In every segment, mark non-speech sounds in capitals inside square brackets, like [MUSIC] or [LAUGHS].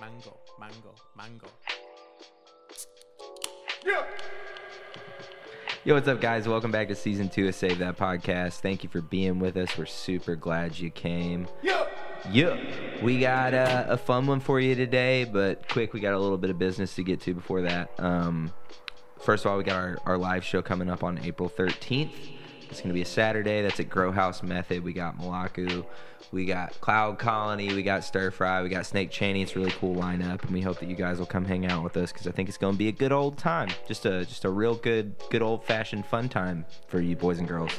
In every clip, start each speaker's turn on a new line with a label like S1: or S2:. S1: Mango, mango, mango.
S2: Yo, what's up, guys? Welcome back to season two of Save That Podcast. Thank you for being with us. We're super glad you came. Yup. We got uh, a fun one for you today, but quick, we got a little bit of business to get to before that. Um, first of all, we got our, our live show coming up on April 13th. It's going to be a Saturday. That's at Grow House Method. We got Malaku. We got Cloud Colony. We got Stir Fry. We got Snake Cheney. It's a really cool lineup, and we hope that you guys will come hang out with us because I think it's going to be a good old time. Just a just a real good good old fashioned fun time for you boys and girls.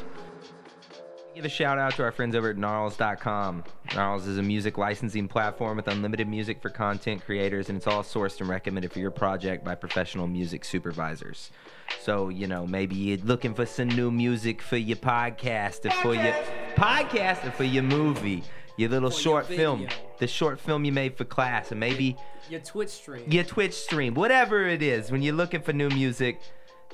S2: Give a shout out to our friends over at gnarls.com. Gnarls is a music licensing platform with unlimited music for content creators, and it's all sourced and recommended for your project by professional music supervisors. So, you know, maybe you're looking for some new music for your podcast or for your podcast or for your movie, your little
S3: your
S2: short film,
S3: video.
S2: the short film you made for class, and maybe
S3: Your Twitch stream.
S2: your Twitch stream, whatever it is, when you're looking for new music,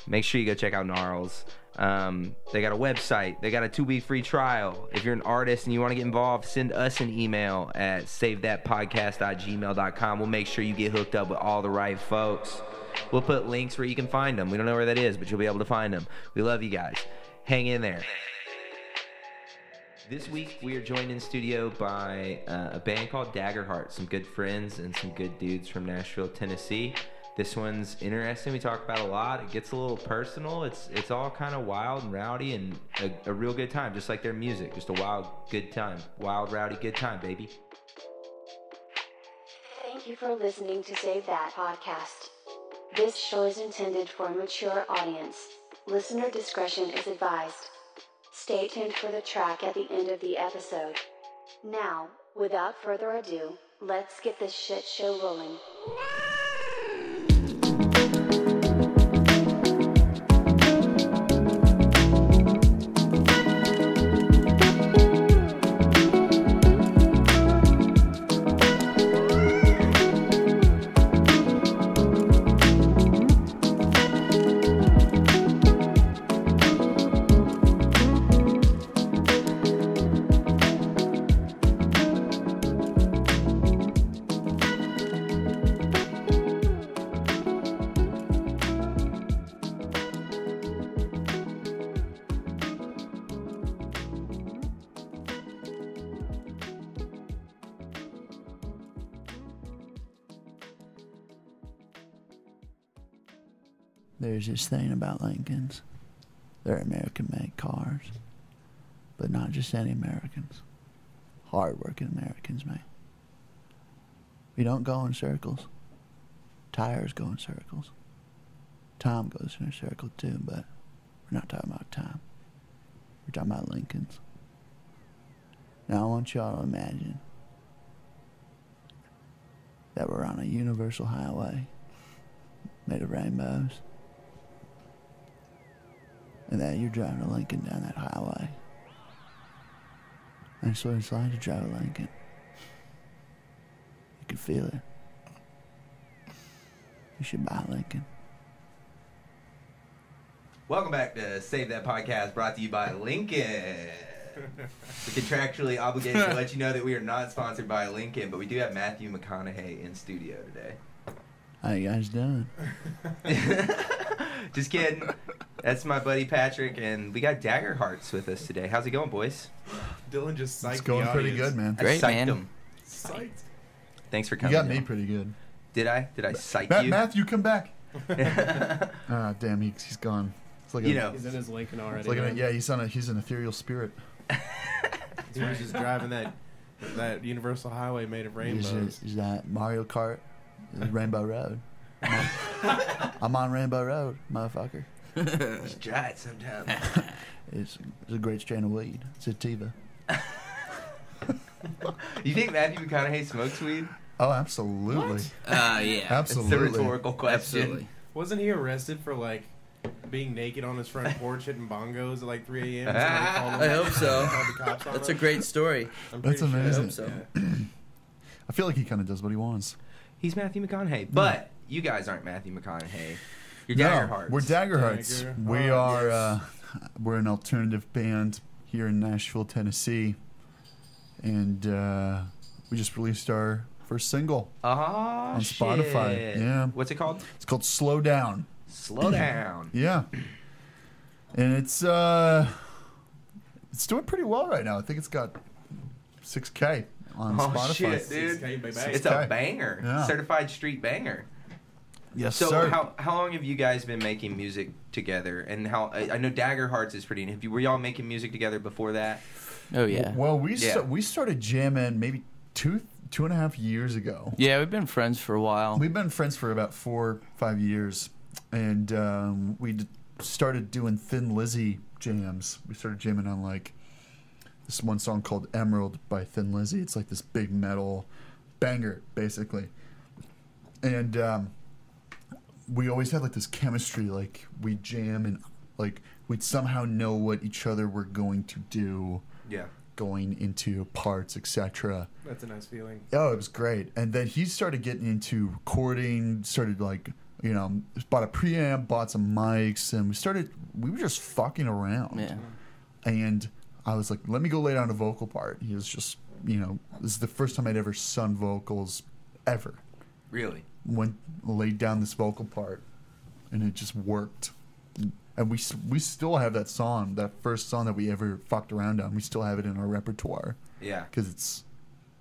S2: make sure you go check out Gnarls. Um, they got a website, they got a two week free trial. If you're an artist and you want to get involved, send us an email at savethatpodcast.gmail.com. We'll make sure you get hooked up with all the right folks. We'll put links where you can find them. We don't know where that is, but you'll be able to find them. We love you guys. Hang in there. This week we are joined in studio by uh, a band called Daggerheart, some good friends and some good dudes from Nashville, Tennessee. This one's interesting. We talk about a lot. It gets a little personal. It's it's all kind of wild and rowdy and a, a real good time, just like their music. Just a wild good time, wild rowdy good time, baby.
S4: Thank you for listening to Save That Podcast. This show is intended for a mature audience. Listener discretion is advised. Stay tuned for the track at the end of the episode. Now, without further ado, let's get this shit show rolling.
S5: there's this thing about Lincolns. They're American made cars. But not just any Americans. Hard working Americans, man. We don't go in circles. Tires go in circles. Time goes in a circle too, but we're not talking about time. We're talking about Lincolns. Now I want y'all to imagine that we're on a universal highway made of rainbows and that you're driving a Lincoln down that highway. That's what it's like to drive a Lincoln. You can feel it. You should buy a Lincoln.
S2: Welcome back to Save That Podcast, brought to you by Lincoln. We're contractually obligated to let you know that we are not sponsored by Lincoln, but we do have Matthew McConaughey in studio today.
S5: How you guys doing?
S2: [LAUGHS] Just kidding. That's my buddy Patrick, and we got Dagger Hearts with us today. How's it going, boys?
S6: Dylan just psyched
S7: It's going
S6: the
S7: pretty
S6: audience.
S7: good, man.
S2: I
S8: Great,
S2: psyched
S8: man.
S2: him.
S6: Psyched.
S2: Thanks for
S7: You
S2: coming.
S7: got me
S2: Dylan.
S7: pretty good.
S2: Did I? Did I psych
S7: Matt,
S2: you? [LAUGHS]
S7: [LAUGHS] Matthew, come back. Ah, damn, he, he's gone. It's like
S2: you
S7: a,
S2: know,
S3: He's in his Lincoln
S7: it's
S3: already.
S7: like a,
S3: man.
S7: yeah, he's on a he's an ethereal spirit.
S6: He was just driving that that universal highway made of
S5: Is,
S6: rainbows.
S5: is that Mario Kart? Is Rainbow Road. I'm on, I'm on Rainbow Road, motherfucker.
S2: just dry it sometimes.
S5: It's, it's a great strain of weed. Sativa.
S2: you think Matthew McConaughey smokes weed?
S7: Oh, absolutely,
S8: Uh, yeah.
S2: It's a
S7: absolutely.
S2: rhetorical question.
S8: Absolutely.
S6: Wasn't he arrested for like being naked on his
S7: [LAUGHS]
S6: front porch hitting bongos at like 3
S8: [LAUGHS]
S6: a.m.? Somebody called him
S8: I
S6: back,
S8: hope so.
S6: called the cops on
S8: That's a
S6: him?
S8: great story.
S6: I'm
S7: That's
S6: pretty
S8: I
S6: Sure.
S7: amazing.
S8: hope so.
S7: [CLEARS THROAT] I feel like he kind of does what he wants.
S2: He's Matthew McConaughey, but you guys aren't Matthew McConaughey. You're Dagger
S7: Hmm. No,
S2: Hearts.
S7: we're Dagger Oh, Hearts.
S6: Dagger
S7: We
S6: Hearts.
S7: are uh, we're an alternative band here in Nashville, Tennessee, and uh, we just released our First single.
S2: Oh,
S7: On Spotify,
S2: shit.
S7: yeah.
S2: What's it called?
S7: It's called Slow Down.
S8: [CLEARS THROAT]
S2: Slow down.
S7: Yeah. And it's uh it's doing pretty well right now. I think it's got 6k on
S2: Oh,
S7: Spotify.
S2: shit, dude.
S6: 6K, baby.
S2: It's a
S7: Okay.
S2: banger.
S7: Yeah.
S2: Certified street banger.
S7: Yes,
S2: So
S7: sir.
S2: how how long have you guys been making music together? And how I, I know Dagger Hearts is pretty. Have you were y'all making music together before that?
S1: Oh yeah.
S7: well, we
S2: Yeah.
S7: sta- we started jamming maybe two two and a half years ago.
S1: Yeah, we've been friends for a while.
S7: We've been friends for about four five years, and um, we d- started doing Thin Lizzy jams. We started jamming on like this one song called Emerald by Thin Lizzy. It's like this big metal banger, basically. And um, we always had like this chemistry, like we jam and like we'd somehow know what each other were going to do,
S2: Yeah.
S7: going into parts, etc.
S6: That's a nice feeling.
S7: Oh, it was great. And then he started getting into recording, started like, you know, bought a preamp, bought some mics, and we started, we were just fucking around.
S1: yeah.
S7: And I was like, let me go lay down a vocal part. He was just, you know, this is the first time I'd ever sung vocals ever.
S2: Really.
S7: Went, laid down this vocal part, and it just worked. And we s- we still have that song, that first song that we ever fucked around on. We still have it in our repertoire
S2: Yeah.
S7: because it's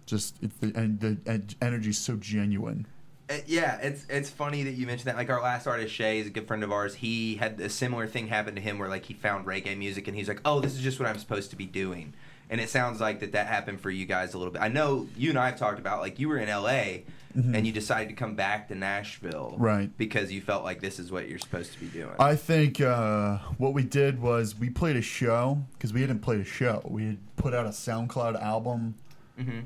S7: just it's the and the and energy's so genuine.
S2: Uh, yeah, it's it's funny that you mentioned that. Like our last artist Shay is a good friend of ours. He had a similar thing happen to him where like he found reggae music and he's like, "Oh, this is just what I'm supposed to be doing." And it sounds like that that happened for you guys a little bit. I know you and I have talked about like you were in LA and you decided to come back to Nashville
S7: Mm-hmm. Right.
S2: because you felt like this is what you're supposed to be doing.
S7: I think uh, what we did was we played a show because we hadn't played a show. We had put out a SoundCloud album,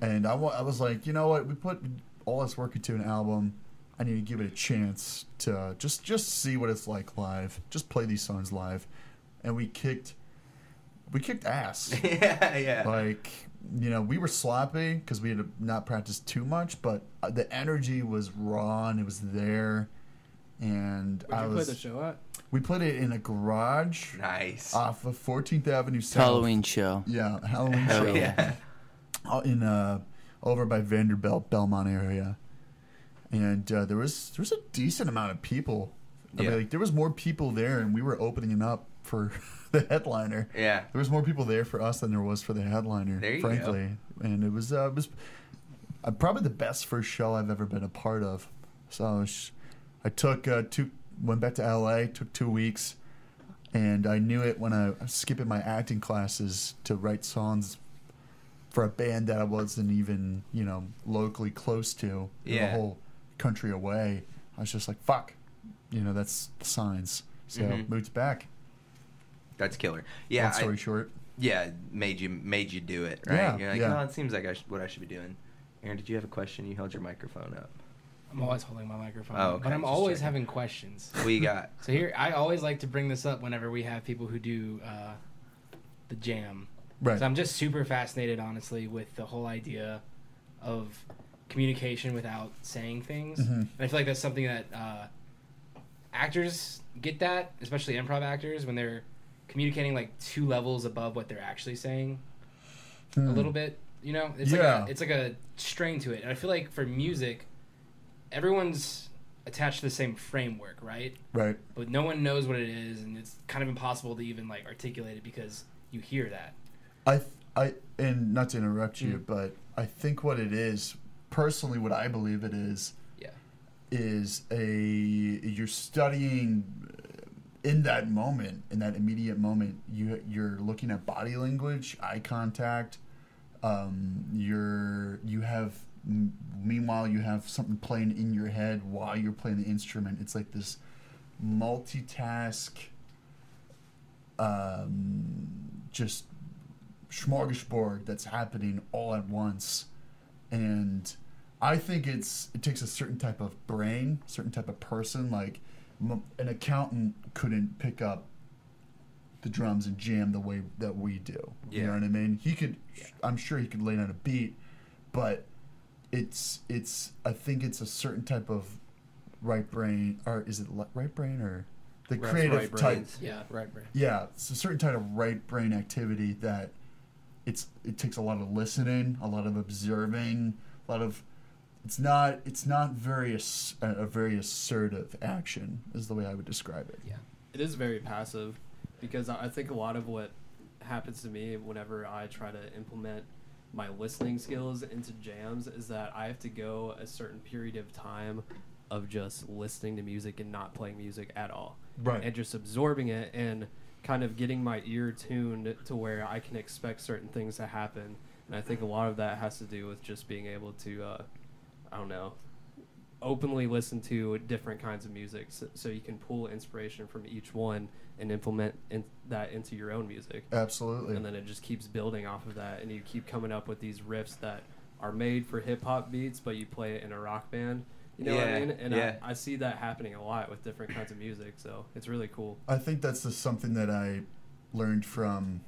S7: and I wa- I was like, you know what? We put all this work into an album. I need to give it a chance to just just see what it's like live. Just play these songs live, and we kicked we kicked ass.
S2: [LAUGHS] yeah, yeah.
S7: like you know we were sloppy because we had not practiced too much but uh, the energy was raw and it was there and
S6: Would
S7: i
S6: you
S7: was
S6: play the show at?
S7: we played it in a garage
S2: nice.
S7: off of 14th avenue south
S1: Halloween show.
S7: yeah halloween
S1: Hell
S2: [LAUGHS]
S7: show
S2: yeah.
S7: Out in uh over by vanderbilt belmont area and uh, there was there was a decent amount of people I
S2: Yeah.
S7: mean, like there was more people there and we were opening it up for [LAUGHS] the headliner
S2: Yeah.
S7: there was more people there for us than there was for the headliner,
S2: There you go.
S7: frankly. And it was uh, it was uh, probably the best first show I've ever been a part of. So sh- I took uh, two, went back to LA, took two weeks, and I knew it when I was skipping my acting classes to write songs for a band that I wasn't even you know locally close to, you know,
S2: Yeah.
S7: the whole country away. I was just like, fuck, you know, that's signs. So
S2: Mhm.
S7: moved back.
S2: That's killer. Yeah.
S7: Long
S2: I-
S7: story short.
S2: yeah, made you made you do it, right?
S7: Yeah,
S2: You're like,
S7: yeah.
S2: "Oh, it seems like I should, what I should be doing." Aaron, did you have a question? You held your microphone up.
S3: I'm always holding my microphone,
S2: Oh, okay.
S3: but I'm
S2: Just
S3: always
S2: checking.
S3: having questions.
S2: What you
S7: [LAUGHS]
S2: got?
S3: So here, I always like to bring this up whenever we have people who do uh, the jam.
S7: Right.
S3: So I'm just super fascinated, honestly, with the whole idea of communication without saying things.
S7: Mm-hmm.
S3: And I feel like that's something that uh, actors get that, especially improv actors, when they're communicating like two levels above what they're actually saying a little bit. You know, it's
S7: Yeah.
S3: like a, it's like a strain to it. And I feel like for music, everyone's attached to the same framework, right?
S7: Right.
S3: but no one knows what it is and it's kind of impossible to even like articulate it because you hear that
S7: I, th- I, and not to interrupt you, but I think what it is, personally, what I believe it is,
S3: yeah
S7: is a you're studying uh, in that moment, in that immediate moment. You you're looking at body language, eye contact. Um, you're you have m- meanwhile you have something playing in your head while you're playing the instrument. It's like this multitask. Um, just smorgasbord that's happening all at once and i think it's it takes a certain type of brain certain type of person like m- an accountant couldn't pick up the drums and jam the way that we do you
S2: Yeah.
S7: know what i mean he could i'm sure he could lay down a beat but it's it's i think it's a certain type of right brain or is it le- right brain or the
S6: Right-
S7: creative
S6: right
S2: [LAUGHS]
S7: type
S6: brains.
S3: yeah right right
S7: yeah, it's a certain type of right brain activity that it's it takes a lot of listening, a lot of observing, a lot of It's not. It's not very ass- a, a very assertive action, is the way I would describe it.
S8: It is very passive because I I think a lot of what happens to me whenever I try to implement my listening skills into jams is that I have to go a certain period of time of just listening to music and not playing music at all.
S7: Right.
S8: And just absorbing it and kind of getting my ear tuned to where I can expect certain things to happen. And I think a lot of that has to do with just being able to, uh, I don't know, openly listen to different kinds of music so, so you can pull inspiration from each one and implement in, that into your own music
S7: Absolutely.
S8: and then it just keeps building off of that and you keep coming up with these riffs that are made for hip hop beats but you play it in a rock band you know what
S2: Yeah,
S8: I mean and
S2: yeah.
S8: I, I see that happening a lot with different kinds of music so it's really cool
S7: I think that's the, something that I learned from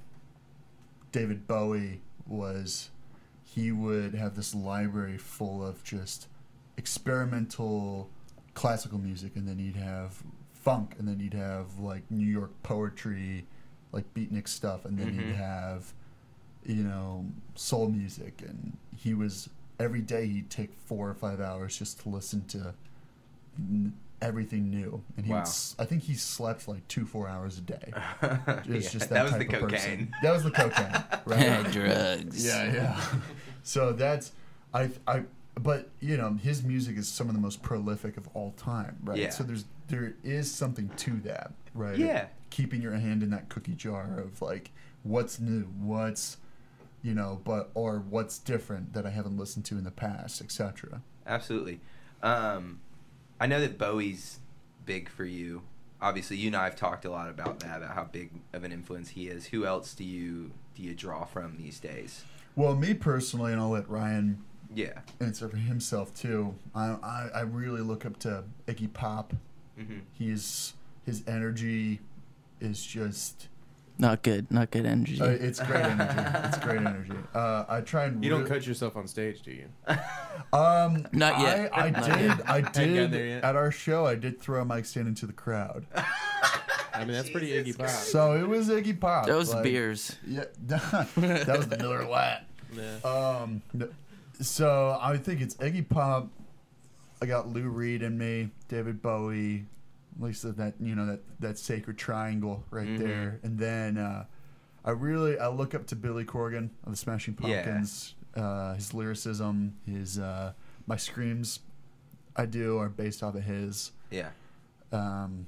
S7: David Bowie was he would have this library full of just experimental classical music, and then he'd have funk, and then he'd have like New York poetry, like beatnik stuff, and then he'd
S2: Mhm.
S7: have you know soul music, and he was every day he'd take four or five hours just to listen to n- everything new, and he
S2: Wow.
S7: would s- I think he slept like two four hours a
S2: [LAUGHS]
S7: day.
S2: Yeah,
S7: It's just that,
S2: was
S7: type
S2: the
S7: of
S2: cocaine.
S7: Person. That was the cocaine, [LAUGHS] right?
S1: [LAUGHS] Drugs.
S7: yeah, yeah. [LAUGHS] So that's I I but you know his music is some of the most prolific of all time, right?
S2: Yeah.
S7: So there's there is something to that, right?
S2: Yeah.
S7: Keeping your hand in that cookie jar of like what's new, what's you know, but or what's different that I haven't listened to in the past, etc.
S2: [LAUGHS] Absolutely. Um, I know that Bowie's big for you. Obviously, you and I have talked a lot about that, about how big of an influence he is. Who else do you do you draw from these days?
S7: Well, me personally, and I'll let Ryan
S2: Yeah.
S7: answer for himself too. I I, I really look up to Iggy Pop.
S2: hmm
S7: He's his energy is just
S1: Not good. Not good energy.
S7: uh, it's great energy. It's
S1: [LAUGHS]
S7: great energy. Uh, I try and
S6: You don't
S7: really-
S6: cut yourself on stage, do you?
S7: Um,
S1: Not yet.
S7: I, I
S1: Not
S7: did.
S1: yet.
S7: I
S6: gotten
S7: did
S6: there yet.
S7: at our show. I did throw a mic stand into the crowd,
S6: I mean, that's pretty Iggy Pop.
S7: so it was Iggy Pop.
S1: that was
S7: like-
S1: beers.
S7: Yeah, [LAUGHS] that was the Miller Lite.
S6: Yeah.
S7: Um, no- so I think it's Iggy Pop. I got Lou Reed in me, David Bowie, at least of that you know that that sacred triangle right
S2: Mhm.
S7: there, and then uh, I really I look up to Billy Corgan of the Smashing
S2: Yeah.
S7: Pumpkins. Uh, his lyricism, his uh, my screams I do are based off of his.
S2: Yeah.
S7: Um,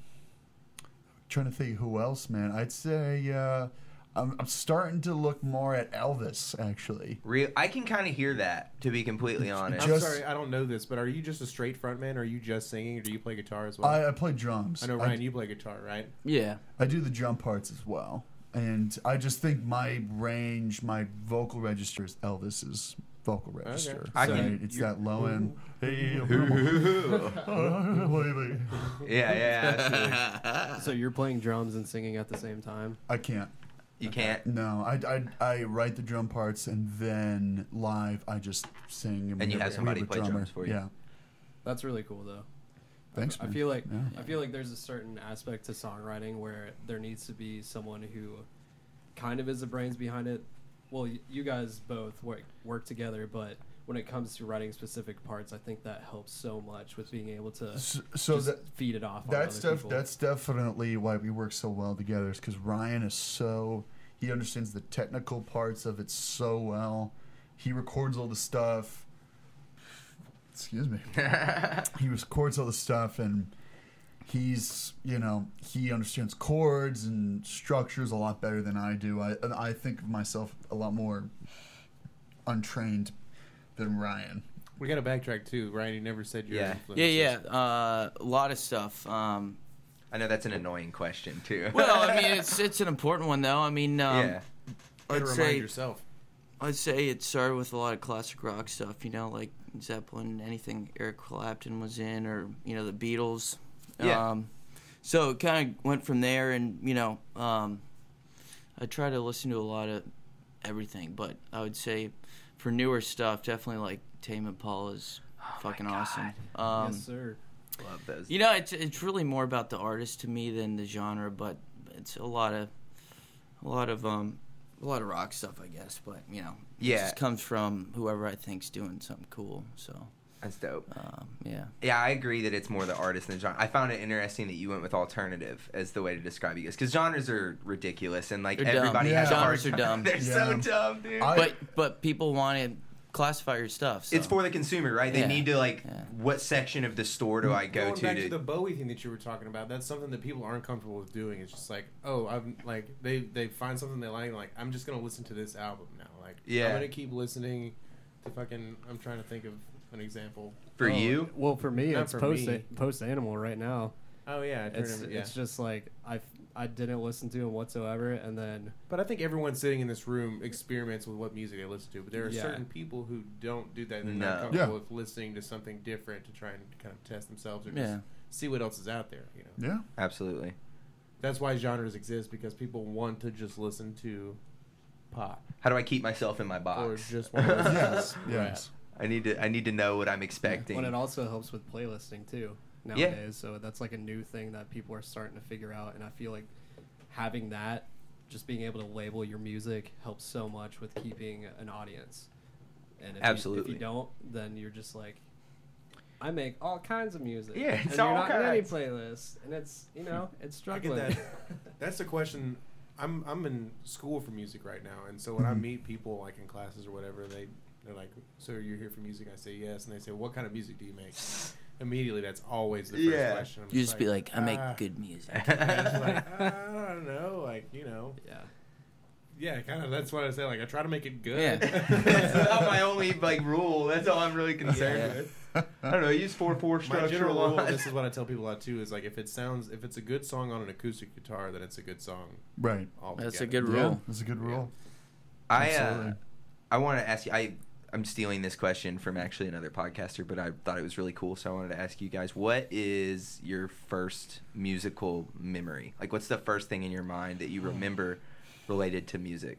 S7: trying to think who else, man. I'd say uh, I'm, I'm starting to look more at Elvis actually.
S2: Real. I can kind of hear that. To be completely honest.
S6: I'm
S7: Just-
S6: sorry, I don't know this, but are you just a straight frontman? Or are you just singing? Or do you play guitar as well?
S7: I, I play drums.
S6: I know Ryan, you play guitar, right?
S1: Yeah.
S7: I do the drum parts as well, and I just think my range, my vocal register is Elvis's vocal register.
S6: Okay.
S2: I
S7: right?
S2: can-
S7: it's
S6: you-
S7: that low end. Hey,
S2: yeah, yeah. Absolutely.
S8: [LAUGHS] so you're playing drums and singing at the same time
S7: [LAUGHS] I can't.
S2: You can't.
S7: No, I, I, I write the drum parts and then live I just sing.
S2: And you
S7: we
S2: have
S7: a
S2: somebody play
S7: drummer.
S2: drums for you.
S7: Yeah,
S8: that's really cool though
S7: thanks.
S8: I
S7: man.
S8: feel like
S7: Yeah.
S8: I feel like there's a certain aspect to songwriting where there needs to be someone who kind of is the brains behind it. Well, y- you guys both work work together, but when it comes to writing specific parts, I think that helps so much with being able to
S7: so, so
S8: just
S7: that
S8: feed it off. on
S7: that's
S8: other
S7: def-
S8: people.
S7: that's definitely why we work so well together is because ryan is so he understands the technical parts of it so well he records all the stuff excuse me he records all the stuff and he's you know he understands chords and structures a lot better than i do i, and I think of myself a lot more untrained than ryan
S6: We got to backtrack too. Ryan, you never said your
S2: Yeah.
S6: influences.
S1: Yeah, yeah. Uh, a lot of stuff. Um,
S2: I know that's an annoying question
S5: [LAUGHS]
S2: too.
S1: well, I mean, it's it's an important one though. I mean, um,
S2: [LAUGHS] yeah.
S6: You gotta
S1: I'd
S6: remind
S1: say
S6: yourself.
S1: I'd say it started with a lot of classic rock stuff. You know, like Zeppelin, anything Eric Clapton was in, or you know, the Beatles.
S2: Yeah.
S1: Um, so it kind of went from there, and you know, um, I try to listen to a lot of everything, but I would say for newer stuff, definitely like Tame Impala is
S2: Oh
S1: fucking awesome. Um,
S8: yes, sir.
S2: Love those.
S1: Oh You know, it's it's really more about the artist to me than the genre, but it's a lot of a lot of um a lot of rock stuff, I guess. But you know, it
S2: Yeah.
S1: just comes from whoever I think's doing something cool. So
S2: That's dope.
S1: Um, yeah.
S2: Yeah, I agree that it's more the artist than the genre. I found it interesting that you went with alternative as the way to describe you guys because genres are ridiculous and like
S1: They're dumb.
S2: everybody
S7: Yeah.
S2: has a hard
S1: Genres are
S2: time. [LAUGHS]
S1: dumb.
S2: They're so
S7: Yeah.
S2: dumb, dude.
S7: I-
S1: But but people want to classify your stuff. So.
S2: it's for the consumer, right? They
S1: Yeah.
S2: need to like,
S1: Yeah.
S2: what section of the store do I go
S6: Going
S2: to?
S6: back
S2: to
S6: to the Bowie thing that you were talking about, that's something that people aren't comfortable with doing. It's just like, oh, I'm like they they find something they like, like I'm just gonna listen to this album now. Like,
S2: Yeah.
S6: I'm gonna keep listening to fucking. I'm trying to think of an example.
S2: for
S6: Oh,
S2: you,
S8: Well, for me,
S6: Not
S8: it's
S6: for
S8: post
S6: me.
S8: post animal right now.
S6: Oh yeah, I do
S8: It's
S6: remember, yeah.
S8: it's just like I I didn't listen to him whatsoever, and then
S6: But I think everyone sitting in this room experiments with what music they listen to. But there are
S8: Yeah.
S6: certain people who don't do that. They're
S2: No.
S6: not comfortable
S7: Yeah.
S6: with listening to something different to try and kind of test themselves or just
S1: Yeah.
S6: see what else is out there. You know,
S7: Yeah.
S2: absolutely.
S6: that's why genres exist because people want to just listen to pop
S2: How do I keep myself in my
S6: or
S2: box?
S6: just want to listen
S7: Yes.
S6: to rap.
S7: Yes.
S2: [LAUGHS] I need to. I need to know what I'm expecting.
S8: But it
S2: [LAUGHS]
S8: also helps with playlisting too
S2: Yeah.
S8: nowadays. So that's like a new thing that people are starting to figure out, and I feel like having that, just being able to label your music, helps so much with keeping an audience. And if You, if
S2: Absolutely.
S8: you don't, then you're just like. I make all kinds of music.
S2: Yeah, it's
S8: and you're
S2: all
S8: not in any
S2: kinds.
S8: playlist, and it's you know
S2: [LAUGHS]
S8: it's
S6: I
S8: struggling.
S6: get that. That's the question. I'm I'm in school for music right now, and so when
S2: Mm-hmm.
S6: I meet people like in classes or whatever, they they're like, "So you're here for music?" I say yes, and they say, "What kind of music do you make?" Immediately, that's always the first
S2: Yeah.
S6: question. I'm
S1: You just be like, I make
S6: "Ah."
S2: [LAUGHS]
S1: good music.
S6: [LAUGHS] And
S1: [LAUGHS]
S6: it's like, "Ah, I don't know, like you know,
S8: Yeah.
S6: yeah, kind of. That's what I say. Like I try to make it good. [LAUGHS]
S2: That's not my only like rule. That's all I'm really concerned
S1: Yeah.
S2: with. I don't know. Use four four
S6: My
S2: structural
S6: general rule.
S2: line.
S6: This is what I tell people a lot too. Is like if it sounds, if it's a good song on an acoustic guitar, then it's a good song.
S7: Right.
S6: Altogether.
S1: That's a good
S7: Yeah,
S1: rule.
S7: that's a good rule.
S2: [LAUGHS] I uh,
S7: Absolutely.
S2: I want to ask you. I I'm stealing this question from actually another podcaster, but I thought it was really cool, so I wanted to ask you guys: What is your first musical memory? Like, what's the first thing in your mind that you remember related to music?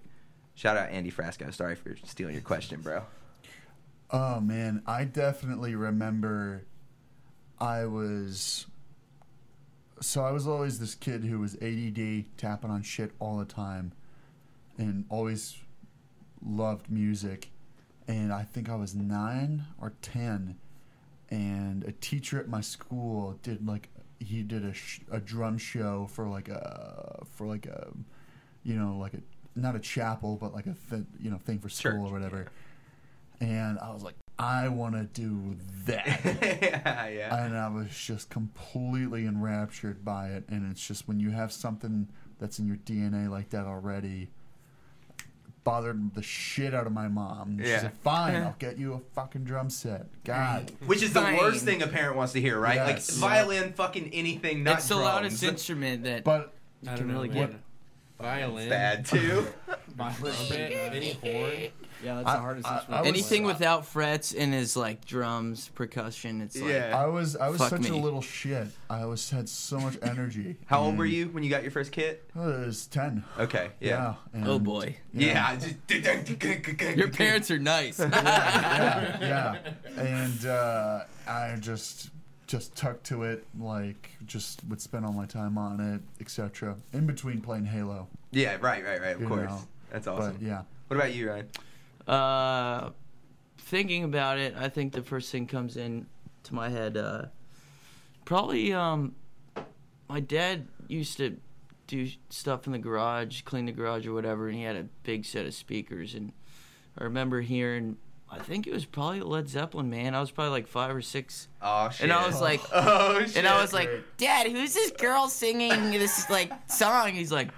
S2: Shout out Andy Frasco. Sorry for stealing your question, bro. [LAUGHS]
S7: Oh man, I definitely remember. I was. So I was always this kid who was ADD, tapping on shit all the time, and always loved music. And I think I was nine or ten, and a teacher at my school did like he did a sh- a drum show for like a for like a you know like a not a chapel but like a th- you know thing for school
S2: Church,
S7: or whatever. And I was like, I want to do
S2: [LAUGHS]
S7: that.
S2: yeah, yeah.
S7: and I was just completely enraptured by it. And it's just when you have something that's in your DNA like that already, bothered the shit out of my mom. She
S2: Yeah.
S7: said,
S1: [LAUGHS]
S7: "Fine, I'll get you a fucking drum set." God,
S2: Which is the
S1: Fine.
S2: worst thing a parent wants to hear, right?
S7: Yes.
S2: Like violin, fucking anything, not
S1: it's the
S2: drums.
S1: loudest instrument that
S7: but
S3: I
S1: can really
S3: man.
S1: get it.
S6: Violin,
S2: Bad too.
S1: [LAUGHS]
S6: trumpet,
S8: [LAUGHS]
S6: any horn.
S8: Yeah, that's
S7: I-
S8: the hardest.
S7: I-
S8: instrument
S7: I
S8: to
S7: was-
S1: anything
S8: play.
S1: without frets and is like drums, percussion. It's like
S2: yeah.
S7: I was I was
S1: Fuck
S7: such a
S1: me.
S7: little shit. I was had so much energy.
S2: How old were
S7: And
S2: you when you got your first kit?
S7: I was ten.
S2: Okay. Yeah.
S7: and-
S1: oh
S7: [LAUGHS]
S1: boy,
S2: Yeah. [LAUGHS] just-
S1: your parents are nice. [LAUGHS]
S7: [LAUGHS] yeah, and uh, I just just tuck to it, like just would spend all my time on it, etc. In between playing Halo,
S2: [LAUGHS] Yeah. Right. Right. Right. Of
S7: You
S2: course.
S7: know,
S2: That's awesome.
S7: but yeah,
S2: What about you, Ryan?
S1: Uh, thinking about it, I think the first thing comes in to my head. Uh, probably um, my dad used to do stuff in the garage, clean the garage or whatever, and he had a big set of speakers. And I remember hearing, I think it was probably Led Zeppelin, man. I was probably like five or six,
S2: Oh shit.
S1: and I was like,
S2: [LAUGHS] oh shit.
S1: and I was like, [LAUGHS] Dad, who's this girl singing this like song? He's like.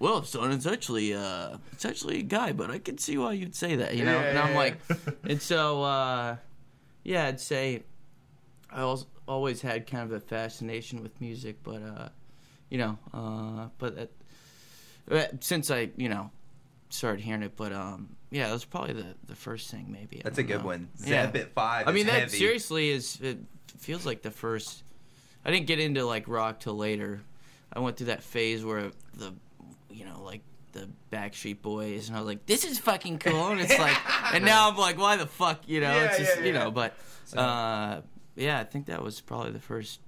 S1: Well, son, it's actually uh, it's actually a guy, but I can see why you'd say that, you know.
S2: Yeah,
S1: and I'm
S2: yeah,
S1: like,
S2: yeah. [LAUGHS]
S1: and so, uh, yeah, I'd say I als- always had kind of a fascination with music, but uh, you know, uh, but that, but since I you know started hearing it, but um, yeah, that was probably the the first thing maybe. I
S2: That's a
S1: don't
S2: good
S1: know.
S2: one.
S1: Yeah.
S2: Zep at five.
S1: I mean,
S2: is
S1: that
S2: heavy.
S1: seriously is. It feels like the first. I didn't get into like rock till later. I went through that phase where the, you know, like the Backstreet Boys, and I was like, "This is fucking cool," and it's like, and now I'm like, "Why the fuck?" You know,
S2: Yeah,
S1: it's just
S2: yeah,
S1: you
S2: yeah.
S1: know, but, uh, yeah, I think that was probably the first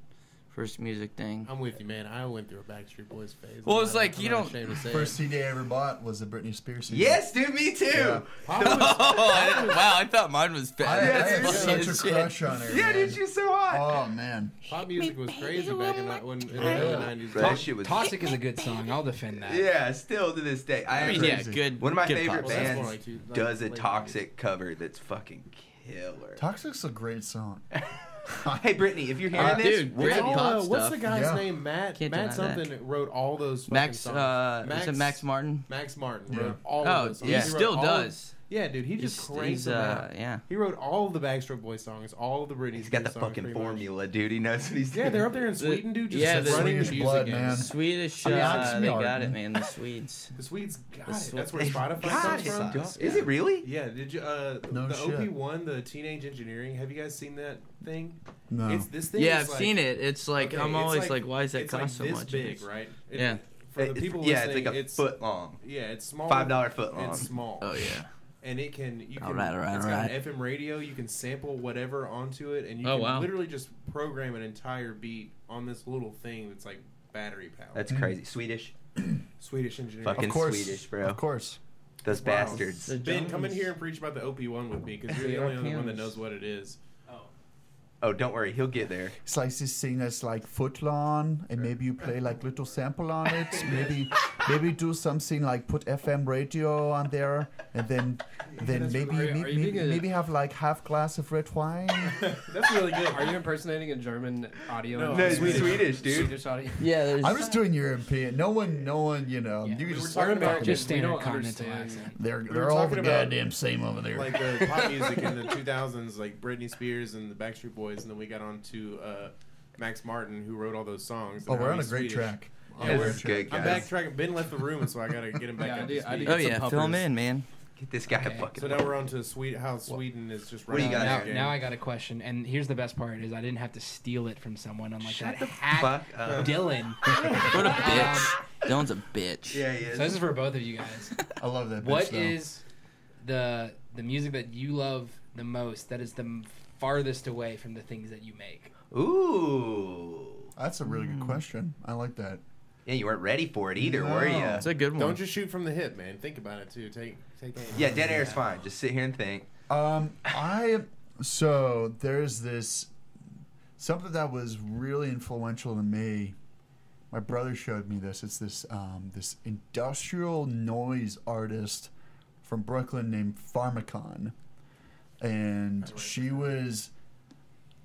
S1: first music thing.
S6: [LAUGHS] I'm with you, man. I went through a Backstreet Boys phase.
S1: Well,
S6: I'm
S1: it's
S6: not-
S1: like,
S6: I'm
S1: you
S6: not
S1: don't-
S6: ashamed to say
S7: First
S6: it.
S7: CD I ever bought was a Britney Spears CD.
S2: Yes, dude, me too. [LAUGHS]
S7: Yeah.
S6: Pop was-
S1: [LAUGHS] Oh, I- wow! I thought mine was
S7: I,
S1: bad.
S7: I had
S1: Funny
S7: such a
S1: as shit.
S7: crush on her.
S2: Yeah,
S7: man.
S2: dude, she's so hot.
S7: Oh man,
S6: pop music was crazy back in that when in the early nineties.
S2: That shit was.
S3: Toxic is a good song. I'll defend that.
S2: Yeah, still to this day. I,
S1: I mean,
S2: actually-
S1: yeah,
S7: Crazy.
S1: good.
S2: One of my
S1: good
S2: favorite
S1: pop
S6: Well, that's
S2: bands
S6: more like two- like
S2: does a
S6: late
S2: toxic cover that's fucking killer.
S7: Toxic's a great song.
S2: [LAUGHS] hey, Brittany, if you're hearing
S1: Uh,
S2: this,
S1: dude,
S2: we're
S1: Britney.
S2: happy.
S6: All,
S1: Pop
S6: uh, what's
S1: stuff.
S6: the guy's
S7: Yeah.
S6: name? Matt.
S1: Can't
S6: Matt
S1: deny that.
S6: something that wrote all those. fucking
S1: Max,
S6: songs.
S1: uh, was it Max Martin?
S6: Max Martin
S7: Yeah.
S6: wrote all
S1: Oh,
S6: of those. songs.
S1: he
S6: wrote
S1: still
S6: all-
S1: does.
S6: Yeah, dude, he
S1: He's,
S6: just
S1: he's,
S6: cranks them
S1: uh,
S6: out.
S1: yeah.
S6: He wrote all of the Backstreet Boys songs, all of the Britney.
S2: He's got the
S6: Spears songs,
S2: fucking
S6: pretty much.
S2: formula, dude. He knows what he's doing.
S6: Yeah, they're up there in Sweden, dude. Just
S1: yeah,
S6: yeah,
S1: the
S6: running
S7: Swedish
S6: the music
S7: blood,
S6: blood,
S7: man.
S1: Swedish,
S7: I mean, I
S1: uh,
S7: can
S1: they
S7: smell it,
S1: got it, man.
S7: man.
S1: The Swedes.
S6: The Swedes got
S1: The
S6: it. That's where
S1: Swe-
S6: Spotify
S1: [LAUGHS]
S2: God,
S6: comes
S2: it's
S6: from.
S2: dope. Is it really?
S6: Yeah, did you? Uh,
S7: No
S6: the
S7: shit.
S6: OP1, the Teenage Engineering. Have you guys seen that thing?
S7: No.
S6: It's this thing.
S1: Yeah,
S6: is
S1: I've
S6: like-
S1: seen it. It's like
S6: okay, it's
S1: I'm always like, why does that
S6: it's
S1: cost
S6: like
S1: so
S6: this
S1: much?
S6: Big, right? It-
S1: Yeah.
S6: For the
S2: It's-
S6: people
S2: yeah, it's
S6: listening,
S2: like a foot long.
S6: Yeah, it's small.
S2: $5 foot long.
S6: It's small.
S1: Oh yeah.
S6: and it can you can
S1: All right, all right,
S6: it's
S1: all
S6: got
S1: right.
S6: an FM radio. You can sample whatever onto it, and you
S1: Oh,
S6: can
S1: wow.
S6: literally just program an entire beat on this little thing that's like battery powered.
S2: That's crazy. Swedish.
S6: Swedish engineering.
S2: Fucking-
S7: of course,
S2: Swedish, bro.
S7: Of course.
S2: Those
S6: Wow.
S2: bastards.
S6: Ben, come in here and preach about the OP1 with me because you're the
S1: The
S6: only other one
S1: RPMs.
S6: that knows what it is. [LAUGHS]
S2: Oh, don't worry. He'll get there.
S7: Slices sing that's like footlong, and maybe you play like little sample on it. Maybe, maybe do something like put FM radio on there, and then, then maybe
S8: Are you-
S7: maybe,
S8: are you
S7: maybe,
S8: being a-
S7: have like half glass of red wine.
S6: That's really good.
S8: Are you impersonating a German audio?
S6: No,
S2: No,
S8: engineer?
S2: it's
S6: Swedish.
S2: Swedish, dude.
S8: Swedish audio.
S1: Yeah, there's.
S7: I was doing European. No one, no one, you know. You
S3: Yeah. We
S7: can
S6: were
S7: just
S6: talking about
S3: Just
S8: We
S3: standard
S8: don't
S3: continental
S8: understand.
S3: accent.
S7: they're
S6: were
S7: they're all
S6: talking
S7: the
S6: about,
S7: goddamn same over there.
S6: like the pop music in the 2000s, like Britney Spears and the Backstreet Boys, and then we got on to uh, Max Martin, who wrote all those songs.
S7: oh,
S6: and
S7: we're
S6: how
S7: on a
S6: he's
S7: great
S6: Swedish.
S7: track.
S6: Yeah,
S7: We're on a
S2: this
S6: we're-
S2: is good,
S6: I'm
S2: guys.
S6: backtracking. Ben left the room, so I gotta get him back [LAUGHS]
S8: Yeah, I
S6: up.
S8: do-
S6: to
S8: I do
S6: speed.
S1: Oh
S8: Some
S1: yeah,
S8: puppers.
S1: fill 'em in, man.
S2: Get this guy
S3: Okay,
S2: fucking.
S6: So now we're on to Sweden, how Sweden is just right
S2: do you got
S3: now,
S2: there, dude?
S3: now I got a question, and here's the best part: is I didn't have to steal it from someone. I'm like
S2: Shut
S3: that
S2: the
S3: hack
S2: fuck up. [LAUGHS]
S3: Dylan.
S1: What a [LAUGHS] bitch.
S3: Um,
S1: Dylan's a bitch.
S2: Yeah, he is.
S3: so this is for both of
S2: [LAUGHS]
S3: you guys.
S7: I love that. bitch,
S3: What
S7: though.
S3: is the the music that you love the most? That is the m- farthest away from the things that you make.
S2: Ooh.
S7: That's a really good question. I like that.
S2: Yeah, you weren't ready for it either, were
S7: No.
S2: you?
S1: It's a good one.
S6: Don't just shoot from the hip, man. Think about it too. Take take that.
S2: Yeah, dead air is fine. Just sit here and think.
S7: Um, I so there's this something that was really influential to me. My brother showed me this. It's this um, this industrial noise artist from Brooklyn named Pharmacon, and she was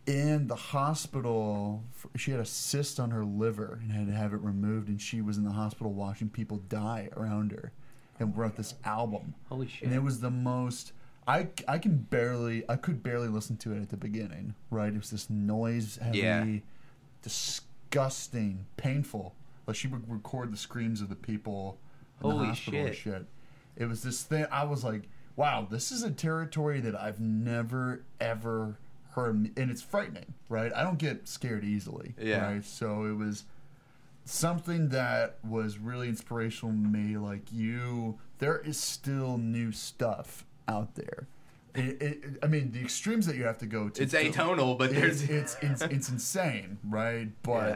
S7: in the hospital. f- She had a cyst on her liver and had to have it removed, and she was in the hospital watching people die around her, and wrote this album
S3: Holy
S7: and it was the most I, I can barely I could barely listen to it at the beginning right it was this noise heavy
S2: Yeah.
S7: disgusting painful like she would record the screams of the people in the
S2: Holy
S7: hospital and
S2: shit.
S7: shit it was this thing I was like wow this is a territory that I've never ever heard and it's frightening right I don't get scared easily
S2: Yeah.
S7: right so it was something that was really inspirational to me like you there is still new stuff out there it, it, i mean the extremes that you have to go to
S2: It's
S7: to-
S2: atonal, but
S7: it's,
S2: there's. [LAUGHS]
S7: it's, it's, it's insane right but
S2: Yeah.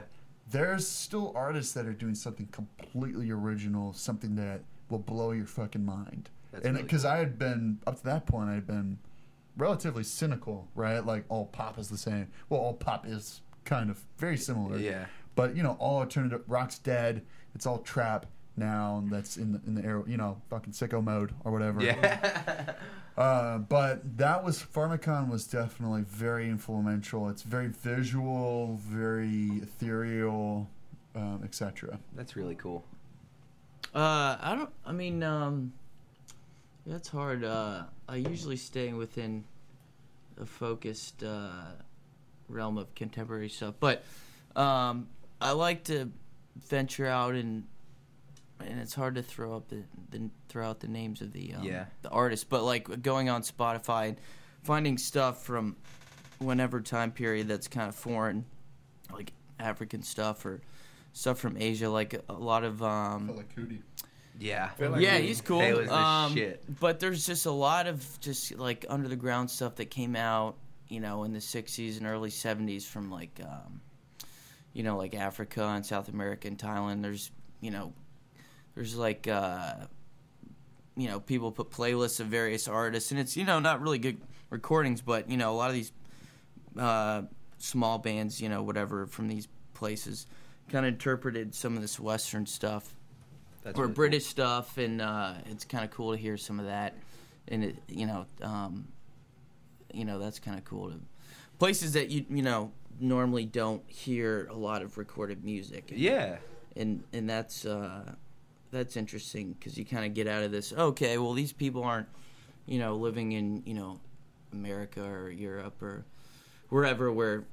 S7: there's still artists that are doing something completely original something that will blow your fucking mind
S2: That's
S7: and
S2: really
S7: because i had been up to that point i had been relatively cynical right like all pop is the same well all pop is kind of very similar
S2: Yeah.
S7: but you know, all alternative rock's dead. It's all trap now. and That's in the in the air, you know, fucking sicko mode or whatever.
S2: Yeah.
S7: Uh, but that was Pharmacon was definitely very influential. It's very visual, very ethereal, um, etc.
S2: [LAUGHS] That's really cool.
S1: Uh, I don't. I mean, um, that's hard. Uh, I usually stay within a focused uh, realm of contemporary stuff, but um, I like to venture out and and it's hard to throw up the, the throw out the names of the um,
S2: Yeah.
S1: the artists, but like going on Spotify and finding stuff from whenever time period that's kind of foreign, like African stuff or stuff from Asia, like a, a lot of um,
S2: Yeah.
S6: like
S1: yeah,
S6: we-
S1: he's cool.
S2: They was the
S1: um,
S2: shit.
S1: But there's just a lot of just like under the ground stuff that came out, you know, in the '60s and early '70s from like, um, you know, like Africa and South America and Thailand, there's, you know, there's like, uh, you know, people put playlists of various artists, and it's, you know, not really good recordings, but, you know, a lot of these uh, small bands, you know, whatever, from these places kind of interpreted some of this Western stuff
S2: That's
S1: or
S2: really cool.
S1: British stuff, and uh, it's kind of cool to hear some of that. And it, you know, um, you know that's kind of cool. To, places that you you know normally don't hear a lot of recorded music. And,
S2: Yeah.
S1: and and that's uh, that's interesting because you kind of get out of this. oh, Okay, well these people aren't you know living in you know America or Europe or wherever where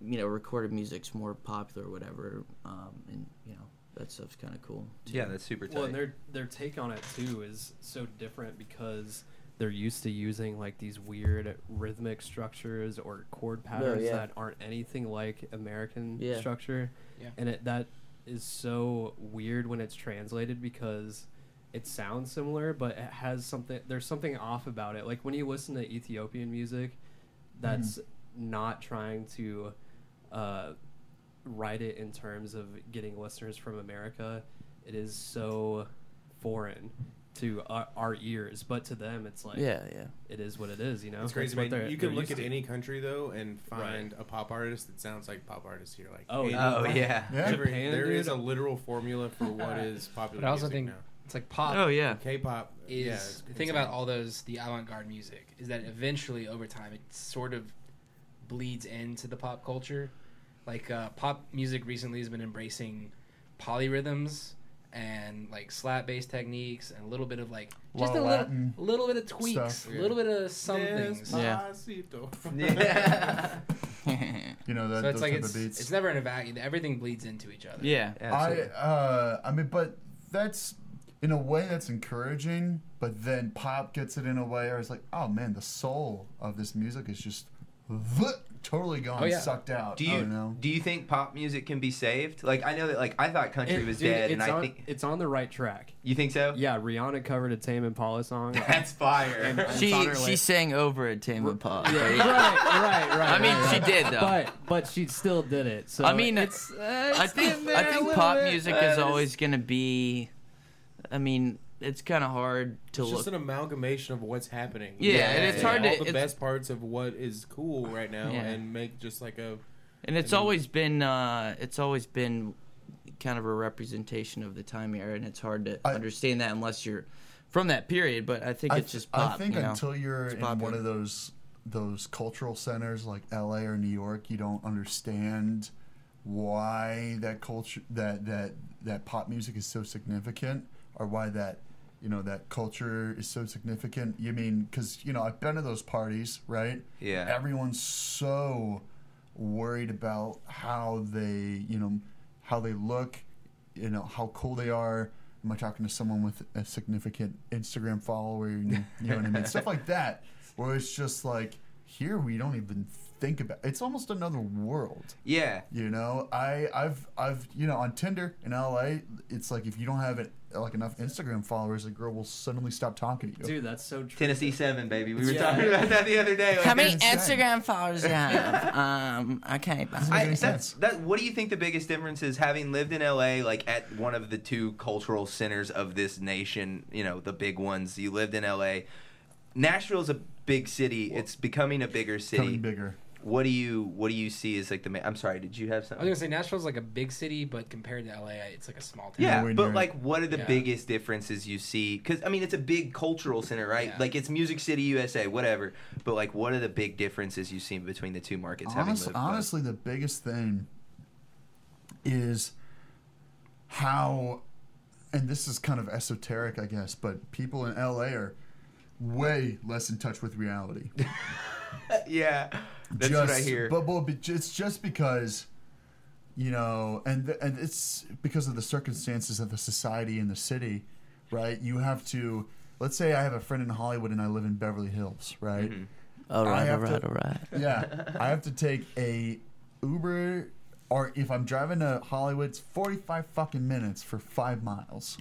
S1: you know recorded music's more popular or whatever. Um, and you know that stuff's kind of cool. too.
S2: Yeah, that's super tight.
S8: Well, and their their take on it too is so different because they're used to using like these weird rhythmic structures or chord patterns
S1: yeah.
S8: that aren't anything like American
S1: Yeah.
S8: structure.
S3: Yeah.
S8: And it, that is so weird when it's translated because it sounds similar, but it has something. There's something off about it. Like when you listen to Ethiopian music, that's
S6: Mm-hmm.
S8: not trying to. Uh, write it in terms of getting listeners from America, it is so foreign to our, our ears. But to them, it's like
S1: Yeah, [LAUGHS] yeah.
S8: it is what it is. You know,
S6: It's
S8: That's
S6: crazy,
S8: what
S6: man.
S8: they're-
S6: you
S8: they're
S6: can look
S8: used
S6: at
S8: to.
S6: any country though and find a pop artist that sounds like pop artists here. Like,
S8: Oh,
S6: any-
S8: yeah.
S2: oh yeah.
S6: [LAUGHS]
S7: Yeah.
S6: every-
S8: Japan,
S6: there is a
S8: dude.
S6: literal formula for what is popular.
S3: But I also
S6: music
S3: think
S6: now.
S3: it's like pop
S1: Oh yeah.
S6: K-pop
S3: is
S6: yeah, it's
S3: the thing
S6: insane.
S3: about all those the avant-garde music is that eventually over time it sort of bleeds into the pop culture. Like uh, pop music recently has been embracing polyrhythms and like slap bass techniques and a little bit of like
S7: A
S3: just
S7: lot
S3: a
S7: of
S3: little,
S7: Latin
S3: little bit of tweaks,
S7: stuff.
S3: a little bit of some things.
S1: Yeah.
S6: Despacito.
S2: [LAUGHS] Yeah.
S7: You know that
S3: So
S7: those
S3: it's like
S7: type
S3: it's
S7: of beats.
S3: it's never in a vacuum. Everything bleeds into each other.
S1: [LAUGHS] yeah.
S7: I
S2: Absolutely.
S7: uh, I mean, but that's in a way that's encouraging. But then pop gets it in a way, where it's like, oh man, the soul of this music is just [LAUGHS] totally gone,
S3: Oh, yeah.
S7: sucked out.
S2: do
S7: I
S2: you
S7: don't know.
S2: do you think pop music can be saved? Like I know that like I thought country
S8: It-
S2: was
S8: dude,
S2: dead,
S8: it's
S2: and I
S8: on,
S2: think
S8: it's on the right track.
S2: you think so.
S8: Yeah, Rihanna covered a Tame
S6: [LAUGHS]
S8: Impala song.
S2: That's fire.
S8: And it's
S1: She
S8: on her
S1: she
S8: list.
S1: sang over at Tame Impala.
S8: Yeah, right, right, right.
S1: I mean,
S8: right,
S1: she
S8: right.
S1: did though.
S8: But but she still did it. So
S1: I mean,
S8: it's, uh,
S1: I
S8: it's in
S1: think
S8: there
S1: I
S8: a
S1: think
S8: little
S1: pop
S8: bit.
S1: music
S2: Uh,
S1: is
S2: it's-
S1: always gonna be. I mean, it's kind of hard to
S6: It's
S1: look.
S6: just an amalgamation of what's happening.
S1: Yeah, and it's hard to-
S6: all the
S1: it's-
S6: best parts of what is cool right now,
S1: Yeah.
S6: and make just like a
S1: and it's
S6: I mean-
S1: always been uh, it's always been kind of a representation of the time era, and it's hard to
S7: I-
S1: understand that unless you're from that period. But I think
S7: I
S1: it's
S7: th-
S1: just pop.
S7: I think
S1: you know?
S7: until you're in
S1: popular.
S7: one of those those cultural centers like L.A. or New York, you don't understand why that culture that that that pop music is so significant, or why that you know that culture is so significant. You mean because you know I've been to those parties, right?
S2: Yeah.
S7: Everyone's so worried about how they you know how they look you know how cool they are. Am I talking to someone with a significant Instagram follower? You know what I mean? Stuff like that, where it's just like here we don't even think about. It's almost another world.
S2: Yeah.
S7: You know, I I've I've you know on Tinder in LA, it's like if you don't have it like enough Instagram followers, a girl will suddenly stop talking to you.
S8: Dude, that's so true.
S2: Tennessee Seven, baby. We were talking about that the other day. Like,
S1: how many
S7: it's insane.
S1: Instagram followers do you have? um, okay,
S7: Doesn't
S1: bye.
S7: make
S2: I,
S7: any
S2: that's
S7: sense.
S2: that. What do you think the biggest difference is? Having lived in LA, like at one of the two cultural centers of this nation, you know, the big ones. You lived in LA. Nashville's a big city. It's becoming a bigger city.
S7: Becoming bigger.
S2: What do you What do you see as like the? Ma- I'm sorry. Did you have
S3: I was gonna
S2: something?
S3: say Nashville's like a big city, but compared to LA, it's like a small town.
S2: Yeah,
S7: Nowhere near
S2: but
S7: it.
S2: like, what are the
S3: Yeah.
S2: biggest differences you see? Because I mean, it's a big cultural center, right?
S3: Yeah.
S2: Like, it's Music City, USA, whatever. But like, what are the big differences you see between the two markets? having
S7: Honest,
S2: lived both?
S7: honestly, the biggest thing is how, and this is kind of esoteric, I guess, but people in LA are way less in touch with reality.
S2: [LAUGHS] yeah, [LAUGHS] that's
S7: just,
S2: what I hear.
S7: But, but, but it's just because, you know, and th- and it's because of the circumstances of the society in the city, right? You have to. Let's say I have a friend in Hollywood and I live in Beverly Hills, right?
S2: Mm-hmm.
S1: All
S7: I
S1: right, all
S7: have
S1: right,
S7: to-
S1: all right.
S2: [LAUGHS]
S7: Yeah, I have to take a Uber, or if I'm driving to Hollywood, it's 45 fucking minutes for five miles.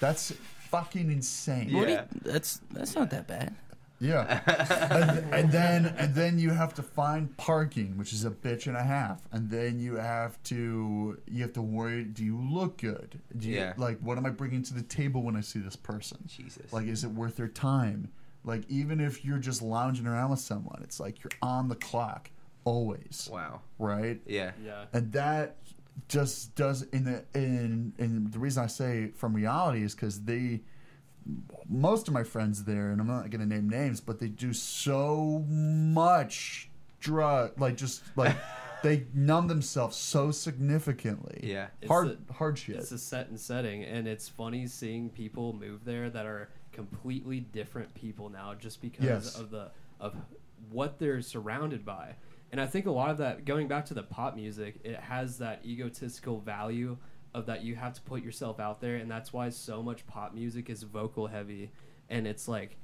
S7: That's fucking insane.
S2: Yeah.
S1: What do you- that's that's not that bad.
S7: Yeah. and, and then and then you have to find parking, which is a bitch and a half. And then you have to you have to worry. Do you look good? Do you,
S2: Yeah.
S7: Like, what am I bringing to the table when I see this person?
S2: Jesus.
S7: Like, is it worth their time? Like, even if you're just lounging around with someone, it's like you're on the clock always,
S2: wow.
S7: right?
S2: Yeah.
S8: Yeah.
S7: and that just does in the in and the reason I say from reality is because they most of my friends there and I'm not gonna name names but they do so much drug like just
S8: [LAUGHS]
S7: like they numb themselves so significantly
S2: Yeah.
S8: It's
S7: hard
S8: a-
S7: hard shit
S8: It's a set and setting, and it's funny seeing people move there that are completely different people now, just because
S7: Yes.
S8: of the of what they're surrounded by. And I think a lot of that, going back to the pop music, it has that egotistical value of that you have to put yourself out there, and that's why so much pop music is vocal heavy, and it's like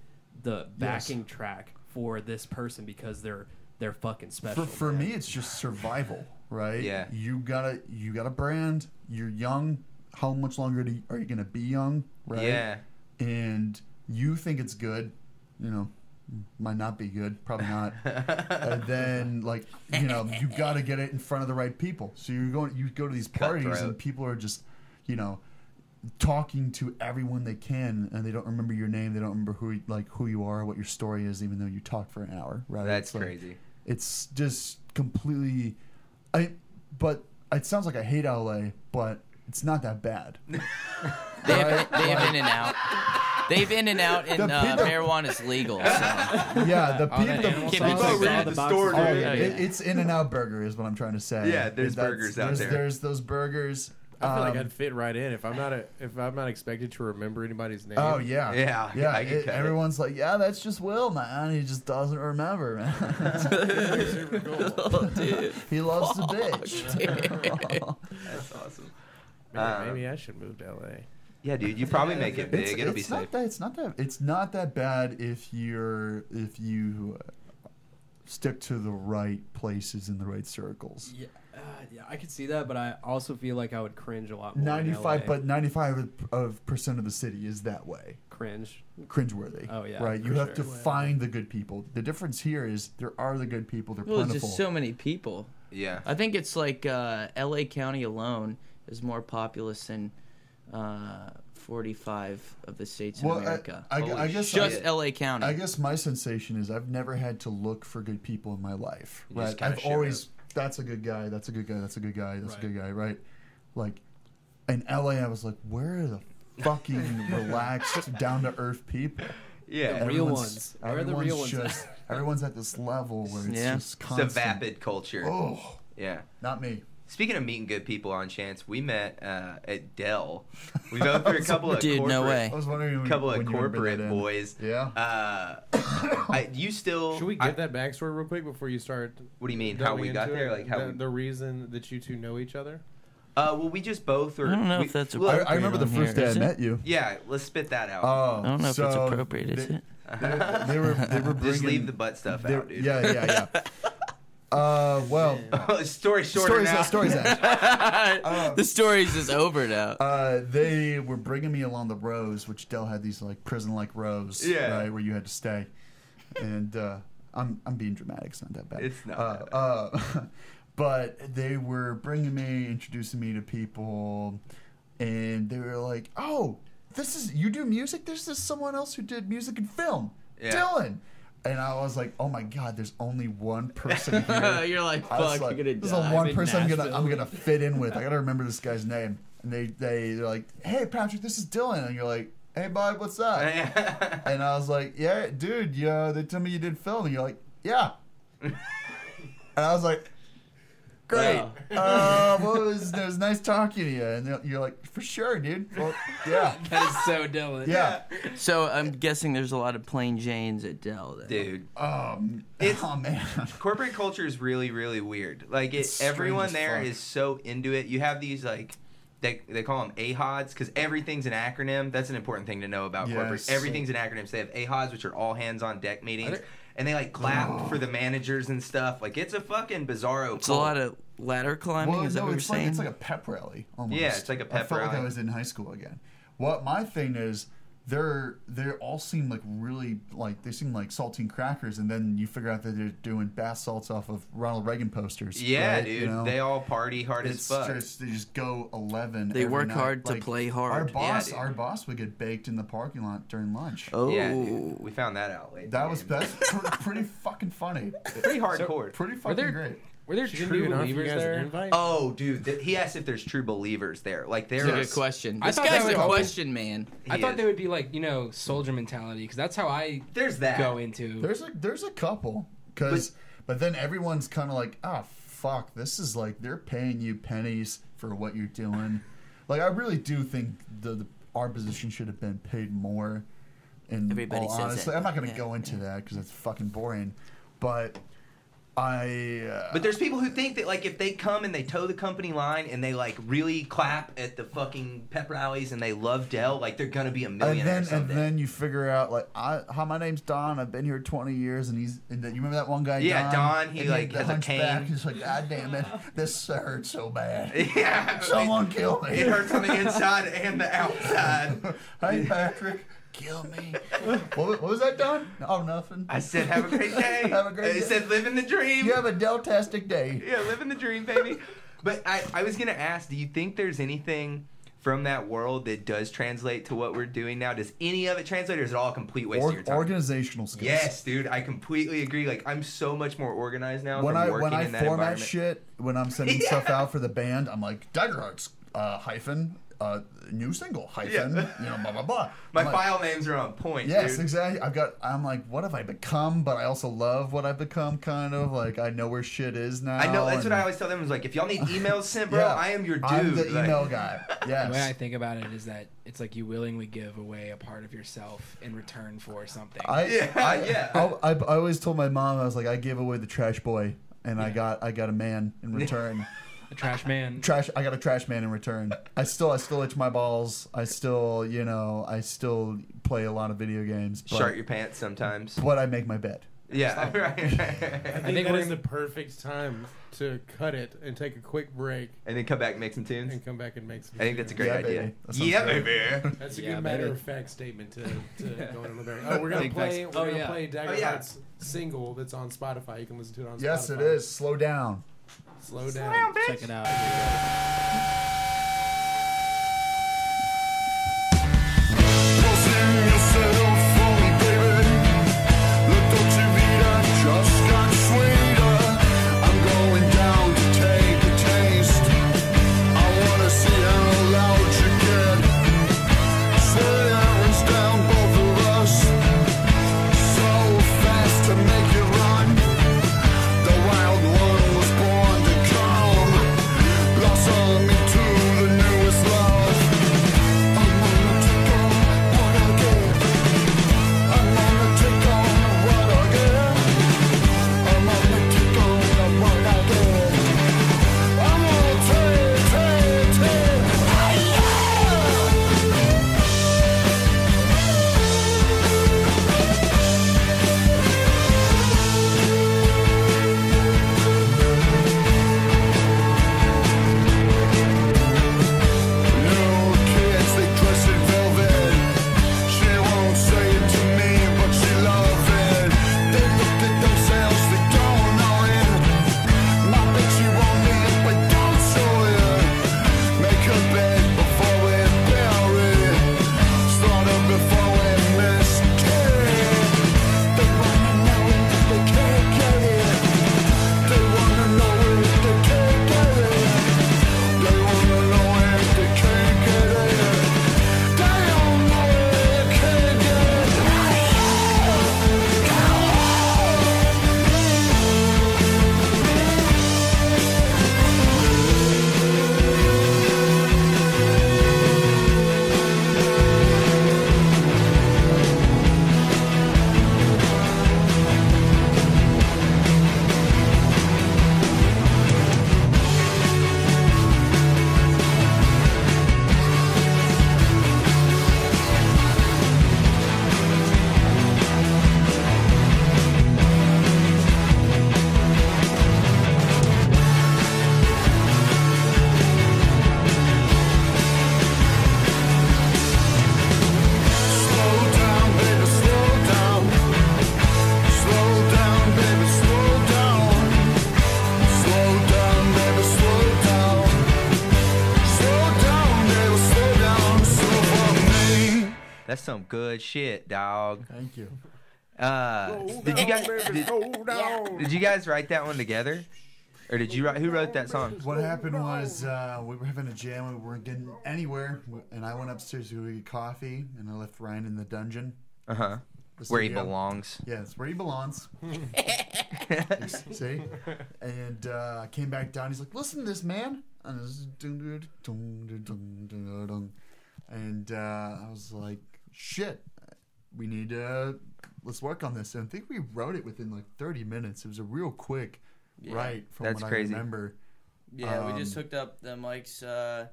S8: the backing track for this person because they're they're fucking special.
S7: for, for
S8: man.
S7: me it's just survival right
S2: Yeah.
S7: you gotta you got a brand you're young how much longer do you, are you gonna be young right [LAUGHS]
S2: Yeah.
S7: and you think it's good, you know, might not be good,
S2: [LAUGHS]
S7: probably not. and then like, you know, you got to get it in front of the right people. So you're going you go to these parties
S2: Cutthroat.
S7: and people are just, you know, talking to everyone they can and they don't remember your name, they don't remember who like who you are, what your story is even though you talk for an hour, right?
S2: That's
S7: It's like-
S2: crazy.
S7: it's just completely I but it sounds like I hate LA, but it's not that
S2: [LAUGHS]
S7: bad.
S1: They have, they have in and out. They've in and out, and
S7: The
S1: uh,
S7: people-
S1: marijuana's
S2: [LAUGHS]
S1: legal. So.
S7: Yeah, the
S3: Oh, that
S7: people
S3: animal
S7: the,
S1: Keep it
S3: sauce?
S1: moving.
S2: the store,
S7: Oh, yeah.
S1: Oh,
S7: It,
S1: yeah.
S7: it's In and Out Burger is what I'm trying to say.
S2: Yeah, there's
S7: That's-
S2: burgers out
S7: there's,
S2: there.
S7: There's those burgers.
S6: I feel like
S7: Um,
S6: I'd fit right in if I'm not a, if I'm not expected to remember anybody's name.
S7: oh yeah,
S2: Yeah,
S7: yeah.
S2: I could
S7: it-
S2: cut it.
S7: everyone's like, yeah, that's just Will, man. He just doesn't remember,
S2: [LAUGHS]
S7: man.
S1: oh, dude.
S7: [LAUGHS] he loves the bitch. [LAUGHS]
S1: dude.
S2: That's awesome.
S6: maybe,
S2: uh,
S6: maybe I should move to L.A.
S2: Yeah, dude, you probably make it big.
S7: It's,
S2: It'll be
S7: it's not
S2: safe.
S7: that. It's not that. It's not that bad if you're if you uh, stick to the right places in the right circles.
S8: Yeah, uh, yeah, I could see that, but I also feel like I would cringe a lot more. in LA.
S7: Ninety-five, but ninety-five of percent of the city is that way.
S8: cringe.
S7: cringeworthy.
S8: Oh, yeah,
S7: right.
S8: for
S7: You have to
S8: sure.
S7: find the good people. The difference here is there are the good people. They're
S1: Well, it's
S7: plentiful.
S1: just so many people.
S2: Yeah.
S1: I think it's like uh, L.A. County alone is more populous than uh, 45 of the states
S7: well,
S1: in America.
S7: I, I,
S2: Holy
S7: I guess
S2: shit.
S1: Just L.A. County.
S7: I guess my sensation is I've never had to look for good people in my life.
S2: You just
S7: Right.
S2: kinda
S7: I've
S2: share
S7: always that's a good guy. That's a good guy. That's a good guy. That's
S8: Right.
S7: a good guy. Right. Like in LA, I was like, where are the fucking relaxed, down to earth people?
S2: Yeah.
S8: real
S7: Everyone's-
S8: ones. Where are the
S7: Everyone's
S8: real ones at?
S7: just everyone's at this level where it's
S1: Yeah.
S7: just
S2: It's a
S7: constant.
S2: vapid culture.
S7: Oh,
S2: Yeah.
S7: not me.
S2: Speaking of meeting good people on chance, we met uh, at
S7: [LAUGHS]
S2: Dell. We both for a couple of
S1: Dude,
S2: corporate,
S1: no way.
S2: [LAUGHS]
S7: I was wondering when,
S2: couple
S7: when
S2: of
S7: you were
S2: corporate
S7: bringing that in.
S2: boys.
S7: Yeah.
S2: Uh, [COUGHS] I, you still?
S6: Should we
S2: I-
S6: get that backstory real quick before you start?
S2: What do you mean? How
S6: delving
S2: we got
S6: into
S2: there?
S6: it?
S2: Like how?
S6: the,
S2: we,
S6: the reason that you two know each other.
S2: uh, well, we just both are.
S1: I don't know
S2: we-
S1: if that's
S2: look,
S7: I,
S1: appropriate.
S7: I remember the
S1: on here,
S7: first day I
S1: is it?
S7: met you.
S2: [LAUGHS] Yeah, let's spit that out.
S7: Oh,
S1: I don't know if it's
S7: so
S1: appropriate, is
S7: they,
S1: it?
S7: They, they were they were
S2: [LAUGHS]
S7: bringing,
S2: just leave the butt stuff
S7: they-
S2: out, dude.
S7: Yeah, yeah,
S2: [LAUGHS]
S7: yeah. Uh, well,
S2: Story shorter
S7: stories,
S2: now.
S7: stories. out.
S1: [LAUGHS] the story's just over now.
S7: Uh, they were bringing me along the rows, which Dell had these like prison-like rows,
S2: Yeah.
S7: right, where you had to stay. And uh, I'm I'm being dramatic. It's not that bad.
S2: It's not
S7: Uh,
S2: that bad.
S7: uh, [LAUGHS] but they were bringing me, introducing me to people, and they were like, "Oh, this is you do music. There's this someone else who did music and film,
S2: Yeah.
S7: Dylan." And I was like, "Oh my God, there's only one
S2: [LAUGHS]
S7: person
S1: [LAUGHS]
S7: here."
S1: You're like,
S7: I was
S1: fuck,
S7: like,
S1: you're gonna
S7: this
S1: die.
S7: is the one
S8: in
S7: person I'm gonna I'm
S8: Nashville."
S7: gonna fit in with. I gotta remember this guy's name. And they they they're like, hey Patrick, this is Dylan, and you're like, hey bud, what's up? and I was like, yeah, dude, yeah, they tell me you did film, and you're like, yeah. and I was like, great.
S1: Wow.
S7: Uh, well, it was, it was nice talking to you. And they're- you're like, for sure, dude. Well, yeah,
S3: That is so Dylan.
S7: yeah.
S1: So I'm guessing there's a lot of plain Janes at Dell.
S2: [LAUGHS]
S1: Then.
S2: Dude,
S7: Um,
S2: It's-
S7: oh man.
S2: corporate culture is really, really weird. Like, it,
S7: It's strange
S2: everyone
S7: as
S2: there
S7: fuck.
S2: is so into it. You have these, like, they, they call them AHODs because everything's an acronym. That's an important thing to know about corporate.
S7: Yes.
S2: Everything's an acronym. So they have AHODs, which are all hands on deck meetings.
S6: there-
S2: And they, like, clap
S7: Oh.
S2: for the managers and stuff. Like, it's a fucking bizarro
S1: It's a lot of ladder climbing.
S7: Well,
S1: is that
S7: no,
S1: what you're
S7: it's like,
S1: saying?
S7: It's like a pep rally almost.
S2: Yeah, it's like a
S7: I
S2: pep
S7: felt like I
S2: rally.
S7: was in high school again. What my thing is, they're they all seem like really like they seem like saltine crackers, and then you figure out that they're doing bath salts off of Ronald Reagan posters.
S2: Yeah,
S7: right?
S2: dude.
S7: You know?
S2: They all party hard
S7: It's
S2: as fuck.
S7: just they just go eleven.
S1: They
S7: every
S1: work
S7: night.
S1: hard to play hard.
S7: Our
S1: Yeah,
S7: boss,
S2: dude.
S7: our boss would get baked in the parking lot during lunch.
S1: Oh,
S2: Yeah, dude. We found that out later.
S7: That was that's pr- pretty
S1: [LAUGHS]
S7: fucking funny. [LAUGHS]
S2: Pretty hardcore.
S7: Pretty fucking
S3: there-
S7: great.
S3: Were there
S6: Didn't
S3: true
S6: even offer you
S3: believers
S6: guys an
S3: there?
S6: invite?
S2: oh, dude. th- he asked if there's true believers there. Like,
S1: That's
S2: there's.
S1: a good question.
S3: I
S1: This
S3: thought that
S1: guy's
S3: was
S1: a
S3: helpful.
S1: question man.
S3: I thought they would be like you know soldier mentality because that's how I
S2: There's that.
S3: go into.
S7: There's a there's a couple because but, then everyone's kind of like ah fuck this is like they're paying you pennies for what you're doing.
S2: [LAUGHS]
S7: like I really do think the, the our position should have been paid more. And
S1: Everybody
S7: all
S1: says
S7: honestly,
S1: that.
S7: I'm not gonna
S1: Yeah,
S7: go into that because it's fucking boring. But I uh,
S2: But there's people who think that like if they come and they toe the company line and they like really clap at the fucking pep rallies and they love Dell, like they're gonna be a
S7: and
S2: millionaire
S7: then and
S2: someday.
S7: then you figure out like I hi my name's Don I've been here 20 years and he's and then you remember that one guy
S2: Yeah,
S7: Don
S2: Don, he,
S7: And
S2: like,
S7: the
S2: has a
S7: hunchback,
S2: cane.
S7: he's like god
S2: [LAUGHS]
S7: damn it this hurt so bad
S2: [LAUGHS] yeah,
S7: Someone kill me.
S2: It hurts
S7: [LAUGHS]
S2: on the inside and the outside.
S7: hey, Patrick, kill me. what, wa- what was that, Don? Oh, nothing.
S2: I said, "Have a
S7: [LAUGHS]
S2: great day."
S7: Have a great
S2: It
S7: day.
S2: said, "Living the dream."
S7: you have a deltastic day.
S2: yeah, living the dream, baby. But I, I was gonna ask, do you think there's anything from that world that does translate to what we're doing now? Does any of it translate, or is it all a complete waste of your
S7: Or,
S2: time?
S7: organizational skills.
S2: Yes, dude, I completely agree. Like, I'm so much more organized now.
S7: When
S2: from
S7: I
S2: working
S7: when I
S2: in that
S7: format
S2: environment.
S7: shit, when I'm
S2: [LAUGHS]
S7: sending
S2: Yeah.
S7: stuff out for the band, I'm like Dagger Hearts uh, hyphen uh, new single hyphen
S2: Yeah.
S7: you know blah blah blah.
S2: [LAUGHS] my
S7: I'm like,
S2: file names are on point.
S7: Yes,
S2: dude.
S7: exactly. I've got. I'm like, what have I become? But I also love what I've become. Kind of like I know where shit is now.
S2: I know that's what
S7: and-
S2: I always tell them. Is like, if y'all need emails sent, bro,
S7: Oh, [LAUGHS] Yeah.
S2: I am your dude.
S7: I'm the
S2: like-
S7: email
S2: [LAUGHS]
S7: guy. Yes.
S3: The way I think about it is that it's like you willingly give away a part of yourself in return for something.
S7: I,
S2: Yeah,
S7: I,
S2: yeah.
S7: I, I, I always told my mom I was like I gave away the trash boy and I got I got a man
S2: [LAUGHS]
S7: in return.
S3: a trash
S7: [LAUGHS]
S3: man.
S7: trash I got a trash man in return. I still I still itch my balls. I still you know I still play a lot of video games. But,
S2: Shart your pants sometimes.
S7: but I make my bed.
S2: Yeah, [LAUGHS] right, right,
S6: I
S2: right.
S6: think,
S3: think
S6: that
S3: we're
S6: is the
S3: in-
S6: perfect time to cut it and take a quick break
S2: And then come back and make some tunes.
S6: and come back and make some.
S2: I think that's a great
S7: Yeah,
S2: idea.
S7: baby. That sounds
S2: Yeah,
S7: great.
S2: baby.
S6: That's a
S3: Yeah,
S6: good matter
S3: baby.
S6: of fact statement to, to go on there. Oh, we're gonna
S2: Big
S6: play.
S2: thanks.
S6: We're
S3: Oh,
S6: gonna
S3: yeah.
S6: play Dagger
S2: Oh, yeah.
S6: Heart's single that's on Spotify. You can listen to it on.
S7: Yes,
S6: Spotify.
S7: it is. Slow down.
S6: Slow down.
S3: Check it out.
S9: Blossom into the newest love. I'm gonna take on what I get.
S2: [LAUGHS] That's some good shit, dog.
S7: Thank you.
S2: Uh, did you guys did,
S6: Hold on.
S2: did you guys write that one together, or did you write? Who wrote that song?
S7: What happened was uh, we were having a jam and we weren't getting anywhere, and I went upstairs to go get coffee, and I left Ryan in the dungeon.
S2: Uh huh.
S7: the
S2: Where he
S7: studio.
S2: belongs. [LAUGHS]
S7: Yeah, it's where he belongs. [LAUGHS] See? And uh, I came back down. He's like, listen to this, man. And, it was dun- dun- dun- dun- dun- dun- dun. and uh, I was like, shit, we need to, let's work on this. And I think we wrote it within like 30 minutes. It was a real quick write from
S2: That's
S7: what
S2: crazy.
S7: I remember.
S1: Yeah, we just
S7: Um,
S1: hooked up the mics uh,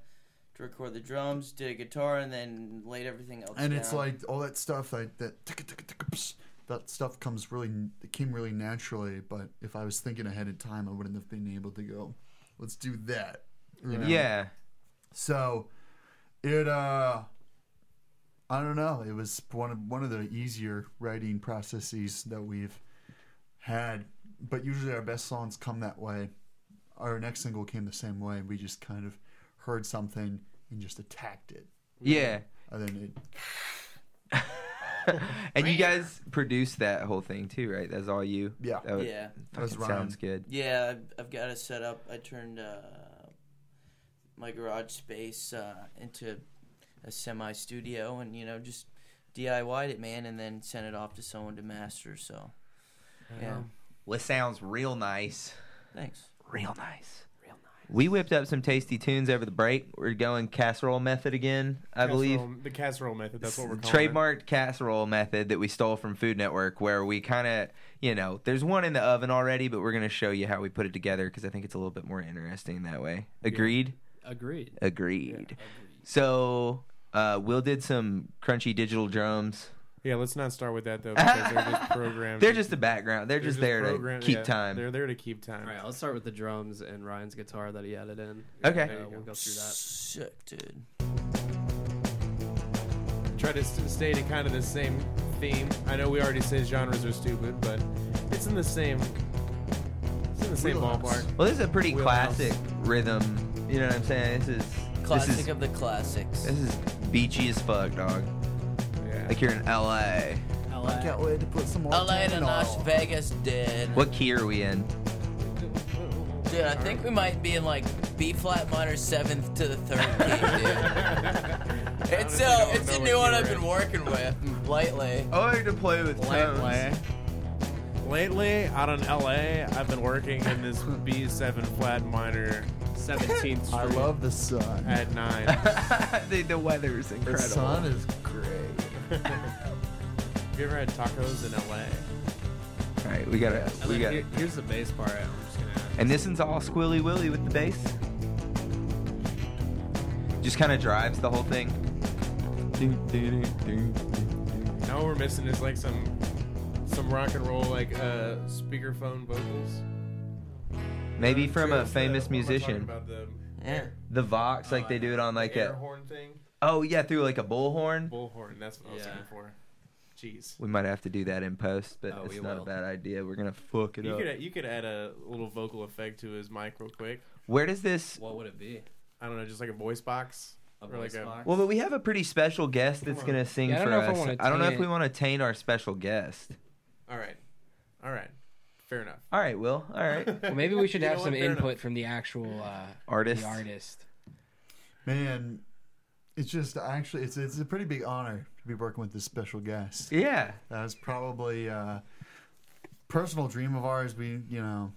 S1: to record the drums, did a guitar, and then laid everything else.
S7: and it's
S1: down.
S7: like all that stuff like that ticka, ticka, ticka, psh, that stuff comes really it came really naturally but if i was thinking ahead of time i wouldn't have been able to go let's do that you know?
S2: Yeah.
S7: so it uh i don't know it was one of one of the easier writing processes that we've had but usually our best songs come that way our next single came the same way we just kind of heard something and just attacked it
S2: Yeah. [LAUGHS]
S7: and then it
S2: And you guys produced that whole thing too, right? That's all you.
S7: Yeah.
S2: That would-
S1: Yeah.
S7: That was
S2: fucking
S7: Ryan.
S2: sounds good.
S1: Yeah, I've, I've got it set up. I turned uh, my garage space uh, into a semi studio and, you know, just DIY'd it, man, and then sent it off to someone to master. So,
S8: Um,
S1: yeah.
S2: Well, it sounds real nice.
S1: Thanks.
S2: Real nice. Real nice. We whipped up some tasty tunes over the break. We're going casserole method again, I believe.
S6: Casserole- the casserole method. That's what we're calling it.
S2: trademarked casserole method that we stole from Food Network, where we kind of, you know, there's one in the oven already, but we're going to show you how we put it together because I think it's a little bit more interesting that way. Agreed?
S8: Agreed.
S2: Agreed. So, uh, Will did some crunchy digital drums.
S6: Yeah, let's not start with
S2: [LAUGHS]
S6: that though. Because they're just programmed.
S2: They're just the background. They're, just, there to
S6: programmed-
S2: keep
S6: yeah, They're
S2: time.
S6: there to keep time.
S8: All right, let's start with the drums and Ryan's guitar that he added in.
S2: Okay.
S8: Uh, we'll go through that.
S1: Sick, dude.
S6: Try to st- stay to kind of the same theme. I know we already said genres are stupid, but it's in the same. It's in the same
S7: Wheelhouse.
S6: ballpark.
S2: Well, this is a pretty
S6: Wheelhouse.
S2: classic rhythm. You know what I'm saying? This is
S1: Classic
S2: This is,
S1: of the classics.
S2: this is beachy as fuck, dog.
S6: Yeah.
S2: Like you're in LA.
S8: LA.
S7: I can't wait to put some more
S1: LA to
S7: time in
S1: Las
S7: all.
S1: Vegas, dude.
S2: What key are we in?
S1: Dude, I think we might be in like B flat minor seventh to the third
S2: [LAUGHS]
S1: key, dude.
S6: [LAUGHS]
S1: it's a
S6: don't
S1: it's
S6: know
S1: a
S6: what
S1: new one
S6: key
S1: I've
S6: we're
S1: been working with lately.
S2: I like to play with tones.
S6: Lately, out in LA, I've been working in this B7 flat minor 17th
S5: [LAUGHS]
S7: I
S6: Street
S7: love the sun.
S6: at 9.
S2: [LAUGHS] the, the weather is
S7: the
S2: incredible.
S7: sun is great.
S2: [LAUGHS]
S6: Have you ever had tacos in LA?
S2: All right, we gotta,
S8: And
S2: we
S8: then
S2: got,
S8: here- here's the bass part. I'm just gonna add.
S2: and this one's all squilly willy with the bass. Just kind of drives the whole thing.
S6: Now we're missing is like some some rock and roll like uh speakerphone vocals.
S2: Maybe
S6: Uh,
S2: from a
S6: just the-
S2: famous
S6: what am I talking
S2: musician.
S6: About the
S1: Yeah.
S2: The Vox, like they do it on like
S6: air
S2: a,
S6: horn thing,
S2: oh yeah, through like a bullhorn.
S6: bullhorn. That's what I was
S8: Yeah.
S6: looking for. Jeez.
S2: We might have to do that in post, but
S8: Oh,
S2: it's
S8: we
S2: not a
S8: will.
S2: bad idea. We're gonna fuck it
S6: You
S2: up.
S6: could you could add a little vocal effect to his mic real quick.
S2: Where does this?
S8: What would it be?
S6: I don't know, just like a voice box.
S8: A
S6: Or like
S8: voice
S6: a-
S8: box?
S2: Well, but we have a pretty special guest that's
S6: on.
S2: gonna sing
S3: Yeah,
S2: for
S3: I don't know if I
S2: us.
S3: wanna
S2: I don't know if
S3: taint-
S2: we want to taint our special guest.
S6: All right, all right, fair enough.
S2: All right, Will. All right,
S6: [LAUGHS]
S3: Well, maybe we should
S6: You know
S3: have
S6: what?
S3: some
S6: Fair
S3: input
S6: enough.
S3: from the actual uh,
S2: artist.
S3: the artist.
S7: Man, it's just actually it's it's a pretty big honor to be working with this special guest.
S2: Yeah.
S7: That was probably a personal dream of ours. We you know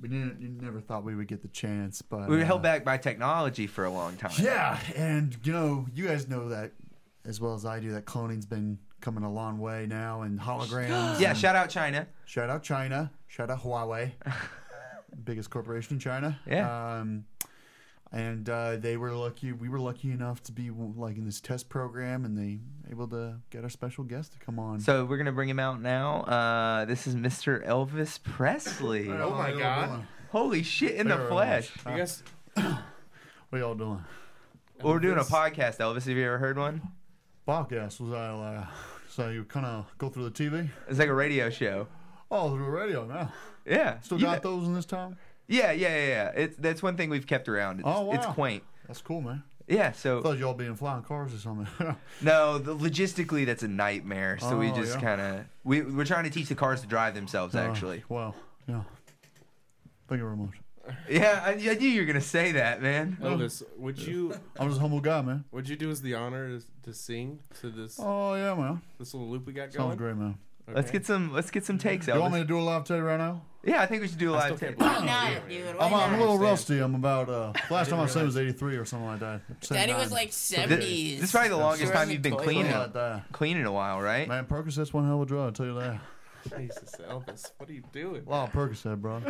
S7: we didn't we never thought we would get the chance, but
S2: We were
S7: uh,
S2: held back by technology for a long time.
S7: Yeah, and you know you guys know that as well as I do that cloning's been coming a long way now, and
S2: [GASPS]
S7: holograms.
S2: Yeah,
S7: and-
S2: shout out China.
S7: Shout out China. Shout
S2: [LAUGHS]
S7: out Huawei, biggest corporation in China.
S2: Yeah.
S7: Um, and uh, they were lucky. We were lucky enough to be like in this test program, and they able to get our special guest to come on.
S2: So we're gonna bring him out now. Uh, this is Mr. Elvis Presley.
S6: Oh my
S7: How y'all
S6: God.
S7: doing?
S2: Holy shit in the
S7: Very
S2: flesh.
S7: much.
S6: You guys,
S7: What y'all doing?
S2: We're doing a podcast, Elvis. Have you ever heard one?
S7: Podcast was I like? So you kind of go through the TV?
S2: It's like a radio show.
S7: Oh, through the radio now.
S2: Yeah.
S7: Still
S2: You
S7: got
S2: know-
S7: those in this town?
S2: yeah, yeah, yeah, yeah. It's that's one thing we've kept around. It's,
S7: Oh,
S2: it's
S7: wow.
S2: quaint.
S7: That's cool, man.
S2: Yeah,
S7: I
S2: so
S7: thought y'all being flying cars or something. [LAUGHS] Uh,
S2: no, the, logistically that's a nightmare. So we
S7: Oh,
S2: just
S7: yeah.
S2: kind of we we're trying to teach the cars to drive themselves. Actually,
S7: Uh, wow. Yeah. Thank you very much.
S2: yeah, I, I knew you were gonna say that,
S7: Ah.
S2: man.
S7: [LAUGHS]
S6: Elvis, would you
S7: I'm just a humble guy, man.
S6: would you do us the honor to, to sing to this
S7: Oh yeah, man.
S6: this little loop we got
S7: Sounds
S6: going?
S7: great, man.
S2: Let's get some let's get some takes.
S7: You want me
S2: Elvis.
S7: to do a live tape right now?
S2: Yeah, I think we should do a live
S6: still
S2: tape.
S6: can't
S9: Why not, dude? Why
S7: I'm, I'm a
S9: not?
S7: little
S6: understand.
S7: rusty. I'm
S2: [LAUGHS]
S7: about uh, last time I said it was 83 or something like that. Say
S9: Daddy
S7: 90.
S9: was like
S2: This,
S9: 70s.
S2: this is probably the longest
S9: Sure,
S2: time
S9: the
S2: you've been
S9: toilet.
S2: clean in,
S7: something
S2: a,
S7: like that.
S2: clean in a while, right?
S7: Man, Percocet's one hell of a drug. I tell you that.
S6: Jesus, Elvis, what are you doing?
S7: A lot of Percocet, bro.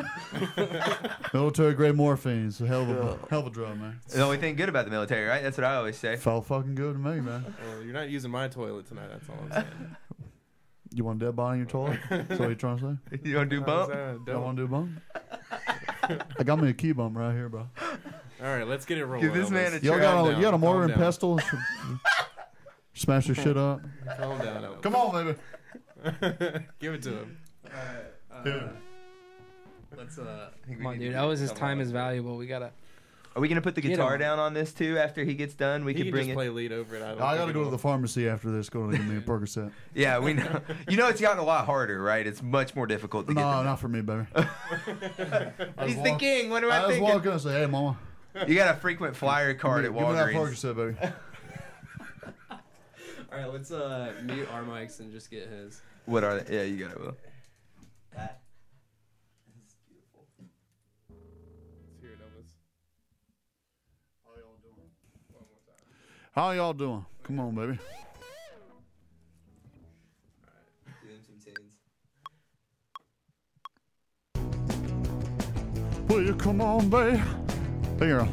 S7: Military grade morphine. It's a hell of a hell of a drug, man.
S2: The only thing good about the military, right? That's what I always say.
S7: Felt fucking good to me, man.
S6: Well, you're not using my toilet tonight. That's all I'm
S7: [LAUGHS]
S6: saying.
S7: You want a dead body in your toilet? That's what you're trying to
S2: [LAUGHS]
S7: say?
S2: [LAUGHS] You want to do
S6: How's
S2: bump?
S6: that?
S7: Y'all
S6: Don't-
S7: want to do a bump? I got me a key bump right here, bro.
S6: All right, let's get it rolling.
S2: Give this man a
S6: Elvis.
S7: Y'all
S2: Calm
S7: got a,
S6: down,
S7: you got a
S6: calm
S7: mortar and
S6: down.
S7: pestle? [LAUGHS] Smash your shit up.
S6: Calm down, Elvis.
S7: Come on, baby.
S6: [LAUGHS] Give it to him.
S8: Let's uh.
S3: Uh, Come on, dude. Elvis, his time is valuable. We gotta.
S2: Are we gonna put the
S3: Get
S2: guitar
S3: him.
S2: down on this too after he gets done? We
S6: He
S2: can
S6: can
S2: bring
S6: just
S2: it.
S6: play lead over it. I, don't think
S7: I gotta go to
S6: it'll-
S7: the pharmacy after this. Go to give me a Percocet.
S2: Yeah, we know. You know, it's gotten a lot harder, right? It's much more difficult to get.
S7: No,
S2: them.
S7: not for me, baby.
S6: [LAUGHS]
S7: I
S2: [LAUGHS] He's
S7: just
S2: the
S7: walk-
S2: king. What am I,
S7: I just
S2: thinking?
S7: walk in and say, "Hey, mama,
S2: You got a frequent flyer
S7: give
S2: card
S7: me,
S2: at
S7: give me that
S2: Walgreens.
S7: Percocet, baby."
S8: All right, let's uh mute our mics and just get his.
S2: What are they? Yeah, you got it. Will.
S6: Let's hear it, Elvis.
S7: How y'all doing? Come on, baby. Will you come on, babe? Hey, girl.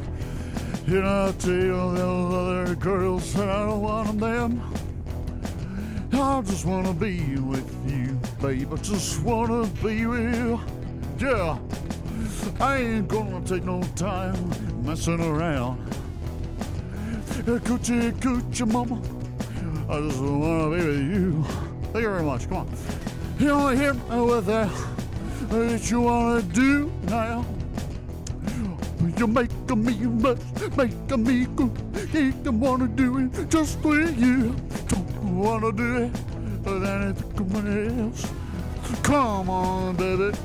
S7: You know, I tell those other girls that I don't want them. I just wanna be with you, babe. I just wanna be with you. Yeah. I ain't gonna take no time messing around. Hey, Coochie, coochie, mama. I just wanna be with you. Thank you very much. Come on. You wanna hear me with that? That you wanna do now? You're making me mess, making me go. Ain't wanna do it just with you. Don't wanna do it with anyone else. Come on, baby.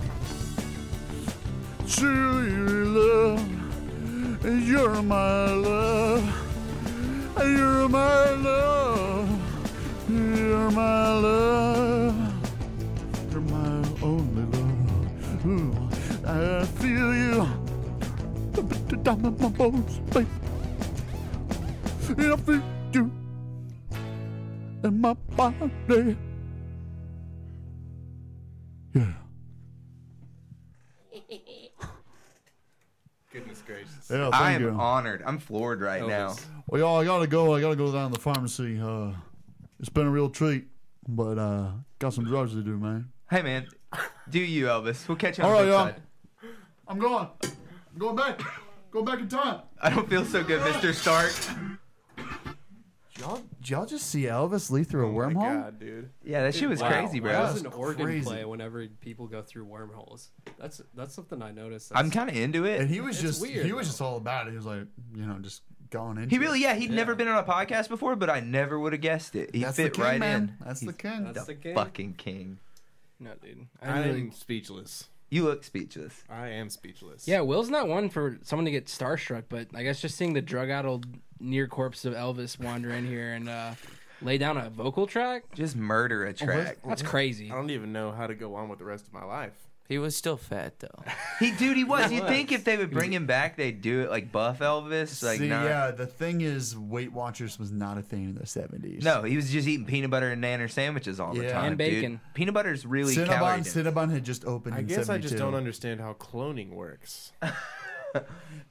S7: To your love, you're my love. You're my love. You're my love. You're my only love. Ooh, I feel you. Down in my bones, babe. And I feel you in my body. Yeah.
S6: Goodness gracious.
S7: Yeah, Oh, thank
S2: I am
S7: you.
S2: honored. I'm floored right now.
S6: Elvis.
S7: Well, y'all, I gotta go. I gotta go down to the pharmacy. Uh, it's been a real treat, but uh, got some drugs to do, man.
S2: Hey, man. Do you, Elvis? We'll catch you on
S7: All right,
S2: the flip
S7: y'all.
S2: side.
S7: I'm going. I'm going back. [COUGHS] Going back in time.
S2: I don't feel so good, Mr. Stark.
S7: Y'all, did y'all just see Elvis lead through a
S6: Oh my
S7: wormhole?
S6: God, dude.
S2: Yeah, that shit was
S8: Wow.
S2: crazy, bro.
S8: Why doesn't
S7: That's
S8: organ
S7: crazy.
S8: play whenever people go through wormholes? That's that's something I noticed.
S2: I'm kind of into it.
S7: And he was
S8: It's
S7: just
S8: weird,
S7: he was
S8: though.
S7: just all about it. He was like, you know, just going into.
S2: He really,
S7: it.
S2: yeah, he'd never been on a podcast before, but I never would have guessed it. He
S7: That's the
S2: fit
S7: king,
S2: right
S7: man.
S2: in.
S7: That's the
S2: He's
S7: king.
S8: That's the king.
S2: fucking king.
S3: No, dude. I didn't
S6: I'm
S3: really...
S6: speechless.
S2: You look speechless.
S6: I am speechless.
S3: Yeah, Will's not one for someone to get starstruck, but I guess just seeing the drug-addled near corpse of Elvis wander in here and uh, lay down a vocal track.
S2: Just murder a track.
S3: That's crazy.
S6: I don't even know how to go on with the rest of my life.
S1: He was still fat though.
S2: He, dude, he was. You'd think if they would bring him back, they'd do it like Buff Elvis. Like,
S7: See,
S2: nah.
S7: yeah, the thing is, Weight Watchers was not a thing in the '70s.
S2: No, he was just eating peanut butter and nanner sandwiches all the
S7: Yeah.
S2: time.
S3: And
S2: dude.
S3: bacon.
S2: Peanut butter's really calorie
S7: Cinnabon,
S2: dense.
S7: Cinnabon had just opened.
S6: I
S7: in
S6: guess I
S7: 72.
S6: just don't understand how cloning works.
S2: Yeah,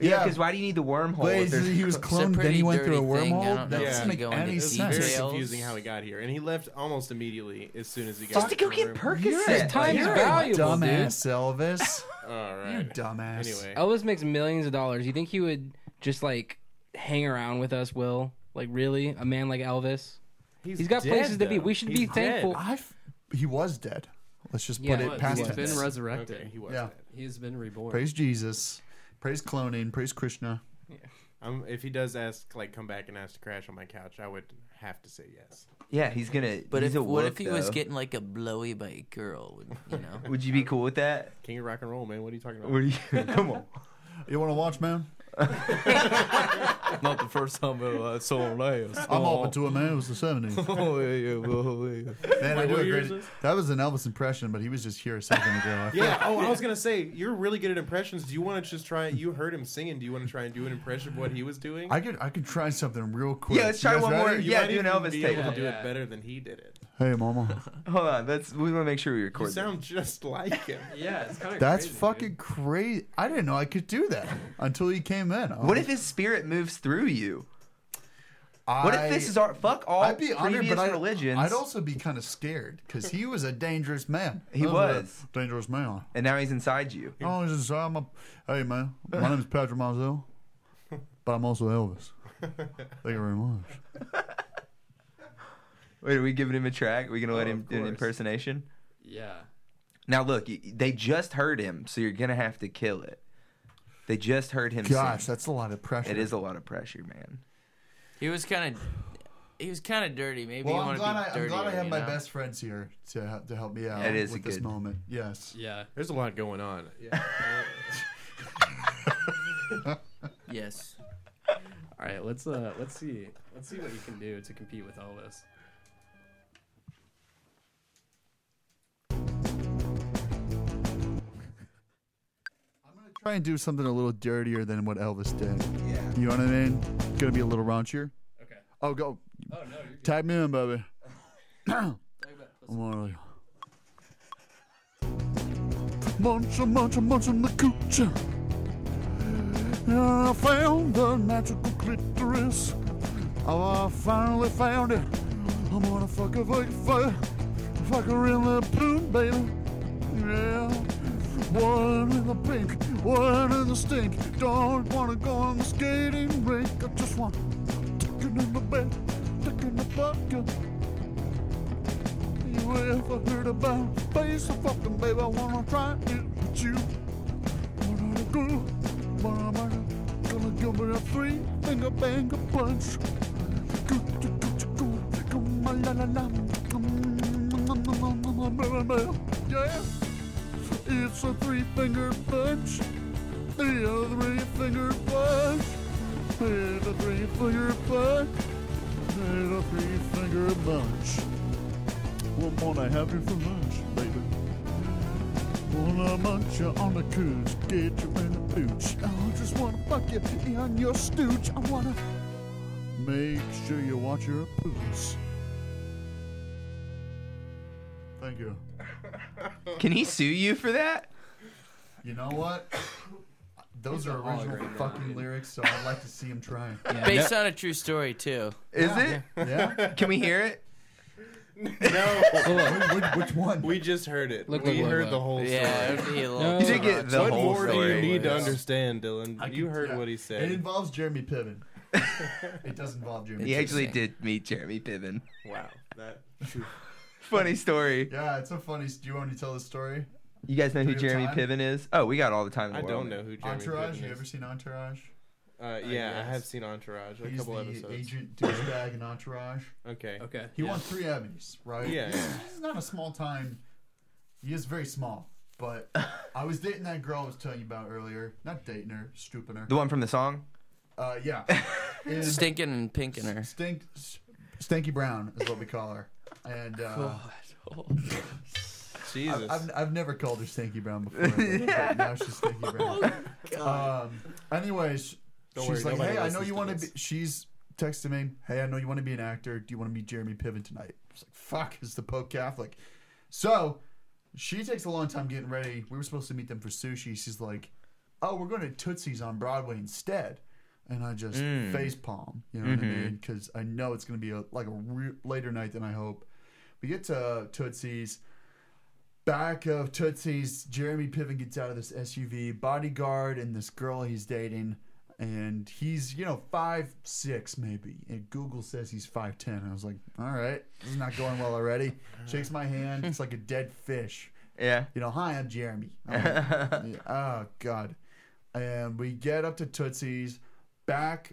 S7: Yeah.
S2: because why do you need the wormhole?
S7: Wait,
S2: if there's-
S7: he was
S1: It's a
S7: cloned, then
S1: pretty
S7: he went through a
S1: dirty thing. I
S7: wormhole.
S1: don't
S7: That
S1: know
S6: if
S7: doesn't
S6: you
S7: make
S1: go into
S7: any
S1: detail.
S7: sense.
S6: Very
S1: Details.
S6: confusing how he got here, and he left almost immediately as soon as he got
S2: just to
S6: to
S2: go
S6: the
S2: get
S6: room.
S2: Percocet.
S3: His time is
S7: You're a
S3: valuable, dude.
S7: dumbass, Elvis.
S6: All
S7: You
S6: right.
S7: dumbass.
S6: Anyway,
S3: Elvis makes millions of dollars. You think he would just like hang around with us, Will? Like really, a man like Elvis? He's got
S6: dead,
S3: places to be.
S6: though.
S3: We should
S6: He's
S3: be thankful.
S6: dead.
S7: I've, he was dead. Let's just put
S3: Yeah,
S7: it
S3: was.
S7: past
S8: He's
S3: He
S7: tense.
S8: been resurrected.
S6: Okay, he was
S7: Yeah.
S6: dead.
S8: He has been reborn.
S7: Praise Jesus. Praise cloning. Praise Krishna.
S6: I'm, Um, if he does ask, like, come back and ask to crash on my couch, I would have to say yes.
S2: Yeah, he's gonna.
S1: But
S2: he's
S1: if,
S2: a
S1: what
S2: wolf,
S1: if he was
S2: though.
S1: getting like a blowy by a girl? Would, you
S7: [LAUGHS]
S1: know?
S2: Would you be cool with that?
S6: King of rock and roll, man. What are you talking about?
S2: What do you, [LAUGHS] come
S7: [LAUGHS]
S2: on.
S7: You want to watch, man?
S9: [LAUGHS] Not the first time I uh, saw him last.
S7: I'm open to it, man. It was the '70s.
S9: [LAUGHS] Oh, yeah, yeah, well, yeah.
S7: Man, I
S9: Wait,
S7: do
S9: what year
S7: agree.
S9: is this?
S7: That was an Elvis impression, but he was just here a second ago.
S6: yeah. Oh, I was gonna say you're really good at impressions. Do you want to just try? You heard him singing. Do you want to try and do an impression of what he was doing?
S7: I could I could try something real quick.
S2: Yeah, let's
S7: You
S2: try
S7: guys
S2: one more.
S7: ready?
S6: You
S2: Yeah,
S6: might
S2: do an
S6: even
S2: Elvis
S6: be
S2: tape.
S6: able to do
S3: Yeah.
S6: it better than he did it.
S7: Hey, mama.
S2: Hold on. Let's. We want to make sure we
S6: You
S2: record. this.
S6: sound just like him.
S8: Yeah, it's kind of
S7: That's fucking crazy. I didn't know I could do that until he came in.
S2: What if his spirit moves through you?
S7: I,
S2: What if this is our fuck all
S7: I'd be honored,
S2: previous
S7: but I'd,
S2: religions?
S7: I'd also be kind of scared because he was a dangerous man.
S2: He
S7: Oh,
S2: was.
S7: yeah, dangerous man.
S2: and now he's inside you.
S7: Oh, he's just, I'm a, hey man, my name is Patrick Mazel, but I'm also
S2: [LAUGHS]
S7: Elvis. Thank you very much.
S2: Wait, are we giving him a track? Are we gonna let
S6: Oh,
S2: him
S6: of
S2: do an
S6: course.
S2: impersonation?
S8: Yeah.
S2: Now look, y- they just heard him, so you're gonna have to kill it. They just heard him.
S7: Gosh,
S2: sing.
S7: that's a lot of pressure.
S2: it is a lot of pressure, man.
S1: He was kind of. He was kind of dirty. Maybe
S7: Well,
S1: you
S7: I'm
S1: want to
S7: glad,
S1: be
S7: I,
S1: dirty.
S7: I'm glad I have my best friends here to to help me out
S2: It is
S7: with
S2: a
S7: this
S2: good-
S7: moment. Yes.
S8: Yeah.
S6: There's a lot going on.
S1: Yes.
S8: All right. Let's uh. Let's see. Let's see what you can do to compete with Elvis.
S7: Try and do something a little dirtier than what Elvis did. Yeah. You know what I mean? Gonna be a little raunchier.
S8: Okay.
S7: Oh, go.
S8: Oh no. You're good.
S7: Tag me in, baby. I'm all right. Munch, munch, munch on the coochie. And I found the magical clitoris. Oh, I finally found it. I'm gonna fuck her, fuck her, fuck her. Fuck her in the plume, baby. Yeah. One in the pink, one in the stink. Don't wanna go on the skating rink. I just want to get in the bed, to get in the bucket. You ever heard about face of fucking baby? I wanna try it with you. Wanna go, wanna wanna gonna give me a three finger bang a punch. Go to go to go go my la la la. Yeah, it's a three finger punch. Yeah, three finger punch. It's a three finger punch. It's a three finger punch. One morning, have you for lunch, baby? Wanna munch you on the cooch, get you in the booch. I just wanna fuck you in your stooch. I wanna make sure you watch your boots. Thank you.
S2: Can he sue you for that?
S7: You know what? Those are original fucking lyrics, so I'd like to see
S6: [LAUGHS]
S7: him try.
S1: Based on a true story too.
S2: Is it?
S7: Yeah?
S2: Can we hear it?
S6: [LAUGHS] No,
S5: [LAUGHS]
S7: Which [LAUGHS] one?
S6: we just heard it.
S3: Look,
S6: we
S3: look, look,
S6: heard
S3: look.
S6: the whole
S1: Yeah.
S6: story.
S1: It'd be a little
S8: No.
S2: You
S8: Oh,
S2: did get the
S6: what
S2: whole
S6: more do you
S2: story.
S6: need to
S7: Yeah.
S6: understand, Dylan? you heard
S7: yeah.
S6: what he said.
S7: It involves
S6: [LAUGHS]
S7: Jeremy Piven. it does involve Jeremy
S2: He
S7: Piven.
S2: actually did meet Jeremy Piven. [LAUGHS]
S6: wow, that
S2: Funny story.
S7: Yeah, it's a funny. Do you want me to tell the story?
S2: You guys know who
S7: Do we have
S2: Jeremy
S7: time?
S2: Piven is? Oh, we got all the time. In the
S6: I don't
S2: world.
S6: know who Jeremy
S7: Entourage.
S6: Piven
S7: You
S6: is.
S7: ever seen Entourage?
S6: Uh, yeah, I have seen Entourage. A
S7: He's
S6: couple
S7: the
S6: episodes.
S7: agent douchebag in Entourage.
S6: Okay.
S8: Okay.
S7: He won three Emmys, right?
S6: Yeah, yeah.
S7: He's not a small time. He is very small,
S6: [LAUGHS]
S7: but I was dating that girl I was telling you about earlier. Not dating her, stooping her.
S2: The one from the song.
S7: Uh,
S6: [LAUGHS]
S7: yeah. And
S1: stinking and pinking her.
S7: Stink, Stinky Brown is what we call her. And uh,
S6: Jesus.
S7: I've, I've, I've never called her Stinky Brown before, but, but now she's Stinky Brown. um, anyways,
S6: Don't worry,
S7: she's like,
S6: nobody
S7: "Hey, I know
S6: listens
S7: you
S6: to
S7: want to
S6: this."
S7: be." She's texting me, "Hey, I know you want to be an actor. Do you want to meet Jeremy Piven tonight?" I was like, "Fuck," is the Pope Catholic. So she takes a long time getting ready. We were supposed to meet them for sushi. She's like, "Oh, we're going to Tootsie's on Broadway instead." And I just
S6: Hmm.
S7: face palm, you know what I
S6: Mm-hmm.
S7: mean? Because I know it's going to be a, like a re- later night than I hope. We get to Tootsie's back of Tootsie's, Jeremy Piven gets out of this SUV, bodyguard, and this girl he's dating. And he's, you know, five six maybe. And Google says he's five ten. I was like, all right, this is not going well already. Shakes my hand. It's like a dead fish.
S2: Yeah.
S7: You know, hi,
S2: [LAUGHS]
S7: I'm Jeremy. I'm like, oh God. And we get up to Tootsie's. back,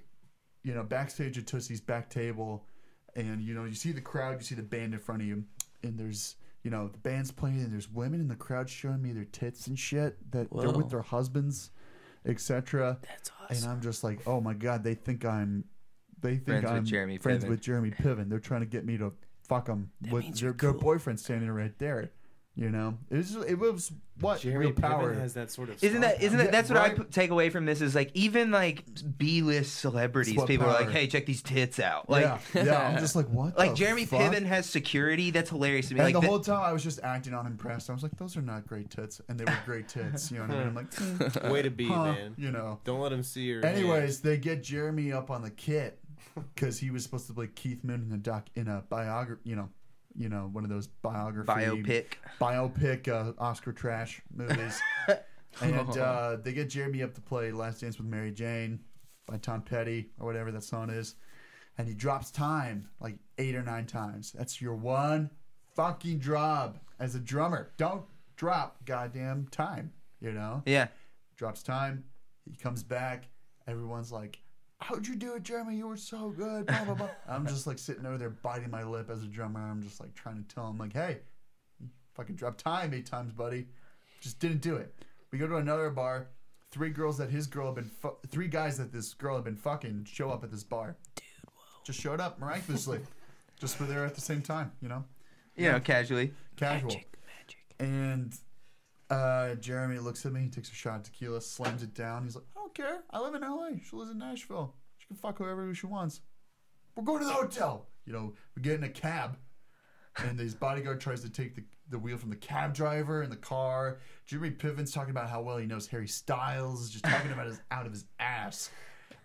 S7: you know, backstage at Tootsie's back table, and you know, you see the crowd, you see the band in front of you, and there's you know the band's playing, and there's women in the crowd showing me their tits and shit that they're
S1: Whoa.
S7: with their husbands, etc.
S1: That's
S7: And I'm just like, oh my god, they think I'm, they think
S2: Friends with
S7: I'm
S2: Jeremy
S7: friends
S2: Piven.
S7: with Jeremy Piven. They're trying to get me to fuck them
S1: That
S7: with
S1: means
S7: their,
S1: you're
S7: their
S1: cool.
S7: boyfriend standing right there. You know, it was it was what
S6: Jeremy
S7: real power.
S6: Piven has that sort of.
S2: Isn't that
S6: soft-
S2: isn't
S7: Yeah,
S2: that that's what
S7: right.
S2: I p- take away from this is like even like B list celebrities,
S7: It's what
S2: people are like,
S7: power.
S2: hey, check these tits out. Like
S7: yeah, yeah, I'm just like
S2: [LAUGHS]
S7: what?
S2: like
S7: the
S2: Jeremy
S7: fuck?
S2: Piven has security. That's hilarious to me.
S7: And
S2: like
S7: the
S2: the-
S7: whole time I was just acting unimpressed. I was like, those are not great tits, and they were great tits. You know what I mean? I'm
S6: [LAUGHS]
S2: [LAUGHS]
S7: like, mm,
S6: way to be,
S7: huh,
S6: man?
S7: you know.
S6: Don't let him see your.
S7: Anyways, they get Jeremy up on the kit because he was supposed to play Keith Moon in the doc in a biography. You know, you know, one of those biography
S2: biopic.
S7: biopic uh, Oscar trash movies. and uh, they get Jeremy up to play Last Dance with Mary Jane by Tom Petty or whatever that song is. And he drops time like eight or nine times. That's your one fucking job as a drummer. Don't drop goddamn time, you know?
S2: Yeah.
S7: Drops time. He comes back. Everyone's like, How'd you do it, Jeremy? You were so good. Blah, blah, [LAUGHS] blah. I'm just like sitting over there biting my lip as a drummer. I'm just like trying to tell him, like, hey, fucking dropped time eight times, buddy. Just didn't do it. We go to another bar. Three girls that his girl had been, fu- three guys that this girl had been fucking show up at this bar. Dude, whoa. Just showed up [LAUGHS] miraculously. just were there at the same time, you know?
S2: You know, casually.
S7: Casual. And uh, Jeremy looks at me, he takes a shot of tequila, slams it down. He's like, I don't care. I live in LA. She lives in Nashville. She can fuck whoever she wants. We're going to the hotel. You know, we get in a cab. And his bodyguard tries to take the, the wheel from the cab driver in the car. Jeremy Piven's talking about how well he knows Harry Styles, just talking about his out of his ass.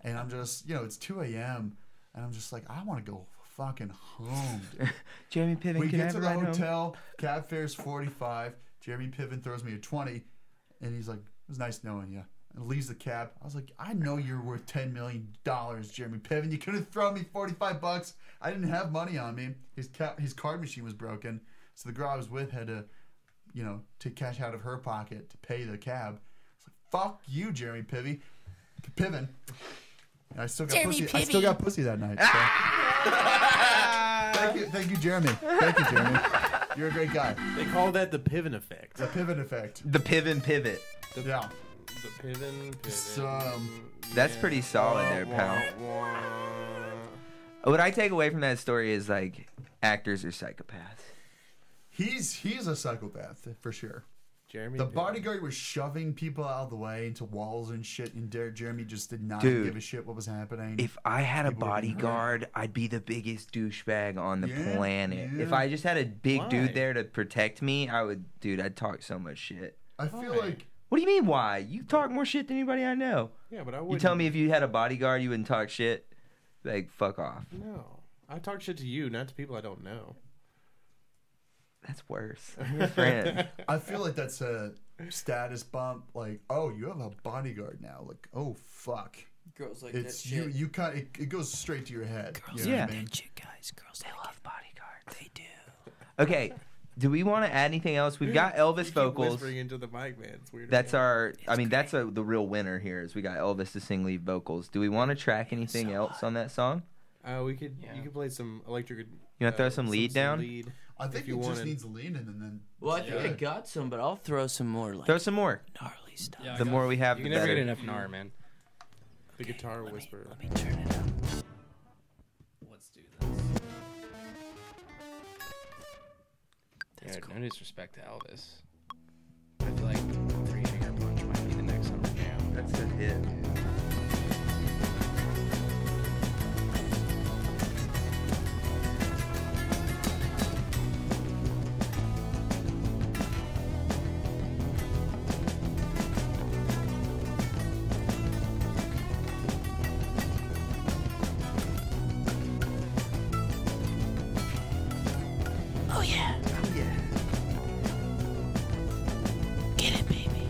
S7: And I'm just, you know, it's 2 a.m. And I'm just like, I want to go fucking home, dude.
S2: Jeremy Piven
S7: We
S2: can have
S7: get to
S2: a
S7: the
S2: ride home.
S7: hotel. Cab fare's forty five. Jeremy Piven throws me a twenty, and he's like, "It was nice knowing you." And leaves the cab. I was like, "I know you're worth ten million dollars, Jeremy Piven. You could have thrown me forty five bucks. I didn't have money on me. His ca- his card machine was broken, so the girl I was with had to, you know, take cash out of her pocket to pay the cab. It's like, fuck you, Jeremy Pivy, Piven. And I still got pussy. I still got pussy that night. so- Thank you, thank you, Jeremy. Thank you, Jeremy. You're a great guy.
S6: They call that the Piven effect.
S7: The pivot effect.
S2: The Piven pivot.
S7: Yeah.
S6: The Piven. Piven.
S7: So, um,
S2: That's pretty solid there, pal. What I take away from that story is like actors are psychopaths.
S7: he's he's a psychopath for sure.
S6: Jeremy.
S7: The
S6: Piven.
S7: bodyguard was shoving people out of the way into walls and shit, and Der- Jeremy just did not
S2: Dude.
S7: give a shit what was happening.
S2: If I had a
S7: People would be hurt.
S2: bodyguard, I'd be the biggest douchebag on the
S7: Yeah,
S2: planet. If
S7: yeah.
S2: I just had a big
S6: Why?
S2: dude there to protect me, I would, dude, I'd talk so much shit.
S7: I feel
S6: Why?
S7: like
S2: What do you mean, why? You talk more shit than anybody I know.
S6: Yeah, but I would.
S2: You tell me if you had a bodyguard, you wouldn't talk shit. Like, fuck off.
S6: No, I talk shit to you, not to people I don't know.
S2: That's worse. I'm your friend.
S7: I feel like that's a status bump. Like, oh, you have a bodyguard now. Like, oh fuck,
S1: Girls like
S7: it's
S1: that
S7: you.
S1: shit.
S7: You kind. It, it goes straight to your head. You know
S2: Yeah.
S7: What I mean?
S1: Shit, guys. Girls they love bodyguards. They do.
S2: Okay, do we want to add anything else? We've got Elvis
S6: You keep
S2: vocals.
S6: Whispering into the mic, man. It's weird.
S2: That's our. I mean, that's a, the real winner here. Is we got Elvis to sing lead vocals. Do we want to track anything else on that song?
S6: Uh, we could.
S3: Yeah.
S6: You could play some electric.
S2: You wanna
S6: uh,
S2: throw some lead down?
S6: lead.
S7: I think
S6: If you
S7: it just
S6: wanted-
S7: needs leaning, and then
S1: Well, I think I
S7: Yeah.
S1: got some, but I'll throw some more like
S2: Throw some more.
S1: gnarly stuff.
S8: Yeah, I
S2: The
S8: got-
S2: more we have,
S3: You
S2: the
S3: can never get
S2: better.
S3: enough NAR, man.
S6: The guitar whisper.
S1: Let me turn it up.
S8: Let's do this.
S1: That's
S3: Dude,
S1: cool.
S3: No disrespect to Elvis. I feel like Three Finger Punch might be the next summer jam.
S2: That's a hit.
S10: Oh yeah.
S2: Oh yeah.
S10: Get it, baby.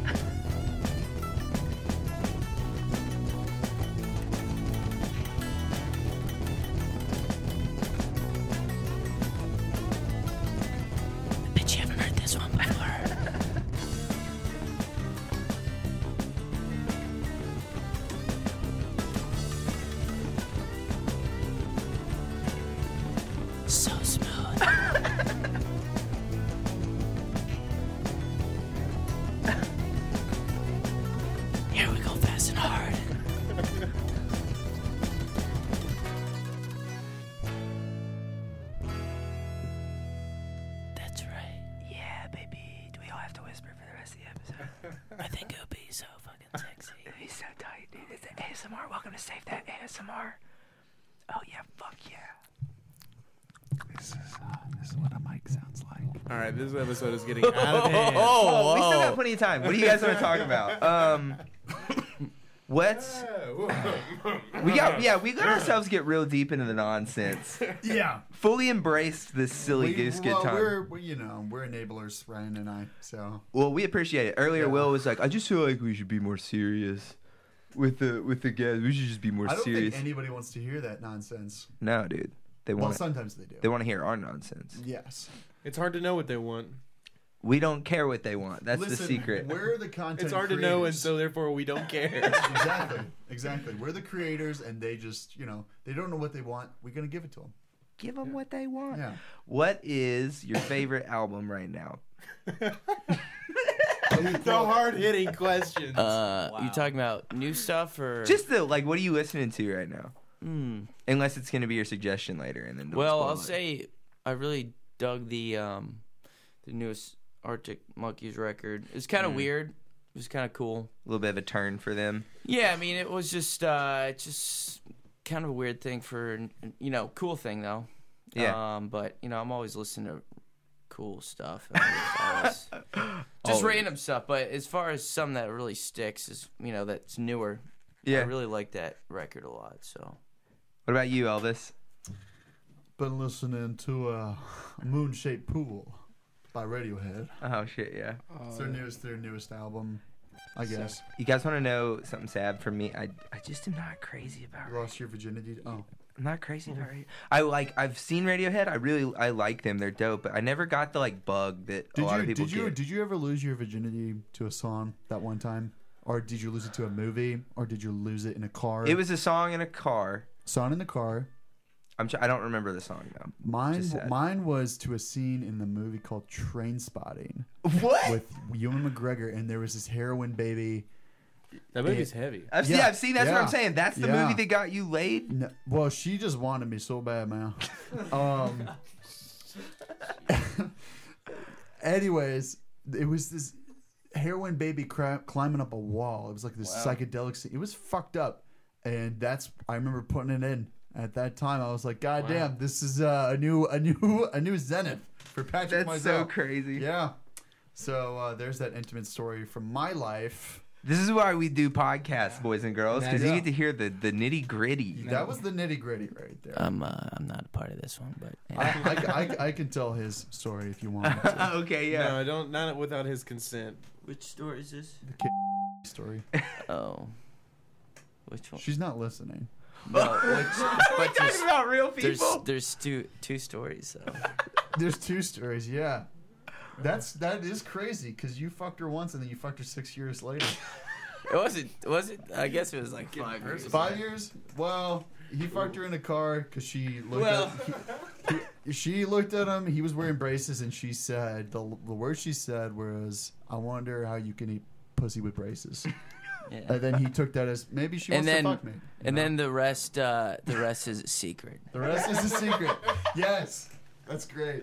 S10: [LAUGHS] ASMR. Welcome to Save That ASMR. Oh yeah, fuck yeah.
S5: This is, uh, this is what a mic sounds like.
S6: All right, this episode is
S2: [LAUGHS]
S6: getting out of hand.
S2: Oh, we still got plenty of time. What do you guys want to talk
S7: [LAUGHS]
S2: about? Um, what's
S1: Oh,
S2: we got? Yeah, we let ourselves get real deep into the nonsense.
S7: Yeah.
S2: Fully embraced this silly goose good
S7: well,
S2: time.
S7: We're, we you know, we're enablers, Ryan and I. So
S2: Well, we appreciate it. Earlier,
S7: Yeah.
S2: Will was like, "I just feel like we should be more serious with the with the guys. We should just be more
S7: I don't
S2: serious."
S7: think anybody wants to hear that nonsense.
S2: no, dude, they
S7: Well,
S2: want
S7: sometimes they do.
S2: they want to hear our nonsense.
S7: yes.
S6: [LAUGHS] It's hard to know what they want.
S2: We don't care what they want. That's
S7: Listen,
S2: the secret.
S7: We're the content.
S6: It's hard to know, and
S7: creators.
S6: so therefore we don't care.
S7: exactly, exactly. We're the creators, and they just, you know, they don't know what they want. We're gonna give it to them.
S2: Give them what they want.
S7: Yeah.
S2: What is your favorite album right now?
S6: no hard hitting questions.
S1: Uh, You talking about new stuff or
S2: Just the like, what are you listening to right now? Unless it's gonna be your suggestion later, and then don't
S1: Hmm. Well,
S2: spoil
S1: I'll
S2: it.
S1: say I really dug the um, the newest Arctic Monkeys record. It was kind of weird. It was kind of cool.
S2: a little bit of a turn for them.
S1: Yeah, I mean, it was just uh, it's just kind of a weird thing for you know, cool thing though.
S2: Yeah.
S1: Um, but you know, I'm always listening to cool stuff. I mean, it's
S2: [LAUGHS]
S1: always- just random stuff. But as far as some that really sticks is you know that's newer.
S2: Yeah.
S1: I really like that record a lot. So
S2: What about you, Elvis?
S7: Been listening to uh, Moon Shaped Pool by Radiohead.
S2: Oh shit, yeah.
S7: it's their newest, their newest album, I guess.
S2: You guys want to know something sad for me? I I just am not crazy about.
S7: You lost your virginity. Oh,
S2: I'm not crazy about Radiohead. I like. I've seen Radiohead. I really I like them. They're dope. But I never got the like bug that
S7: did
S2: a lot
S7: you
S2: of people
S7: did you
S2: get.
S7: did you ever lose your virginity to a song that one time, or did you lose it to a movie, or did you lose it in a car?
S2: it was a song in a car.
S7: song in the car.
S2: I'm. tr- I don't remember the song though.
S7: Mine,
S2: Just sad.
S7: mine was to a scene in the movie called
S2: [LAUGHS]
S7: Train Spotting
S2: What?
S7: with Ewan McGregor, and there was this heroin baby.
S6: that movie's heavy.
S2: I've, seen,
S7: Yeah,
S2: I've seen. That's what I'm
S7: yeah,
S2: saying. That's the
S7: yeah.
S2: movie that got you laid.
S7: No, well, she just wanted me so
S2: [LAUGHS]
S7: bad, man. Um. anyways, it was this heroin baby cra- climbing up a wall. It was like this psychedelic scene. It was fucked up, and that's I remember putting it in at that time. I was like, God damn, this is uh, a new, a new, a new zenith for Patrick.
S2: That's so
S7: Maisel."
S2: crazy.
S7: Yeah. So uh, there's that intimate story from my life.
S2: This is why we do podcasts, boys and girls, because you
S7: Yeah.
S2: get to hear the, the nitty gritty.
S7: That was the nitty gritty right there.
S1: I'm uh, I'm not a part of this one, but
S7: I, I, I, I can tell his story if you want. me
S1: [LAUGHS]
S7: to.
S2: [LAUGHS] okay,
S6: No,
S2: [LAUGHS] yeah.
S6: I don't. Not without his consent.
S1: which store is this?
S7: story.
S1: Oh, which one?
S7: She's not listening.
S1: No,
S2: [LAUGHS]
S1: which,
S2: We're talking about real
S1: there's [LAUGHS]
S2: people.
S1: there's two two stories. So.
S7: There's two stories. Yeah, that's that is crazy because you fucked her once and then you fucked her six years later.
S1: It wasn't. Was it? I guess it was like five years.
S7: Five years? Well, he fucked her in a car because she looked.
S1: Well.
S7: at, he- she looked at him. He was wearing braces, and she said the the words she said was, "I wonder how you can eat pussy with braces."
S1: [LAUGHS] Yeah.
S7: And then he took that as maybe she
S1: And
S7: wants
S1: then,
S7: to fuck me.
S1: and then the rest, uh, the rest is a secret.
S2: [LAUGHS]
S7: The rest is a
S8: [LAUGHS]
S7: secret. yes, that's great.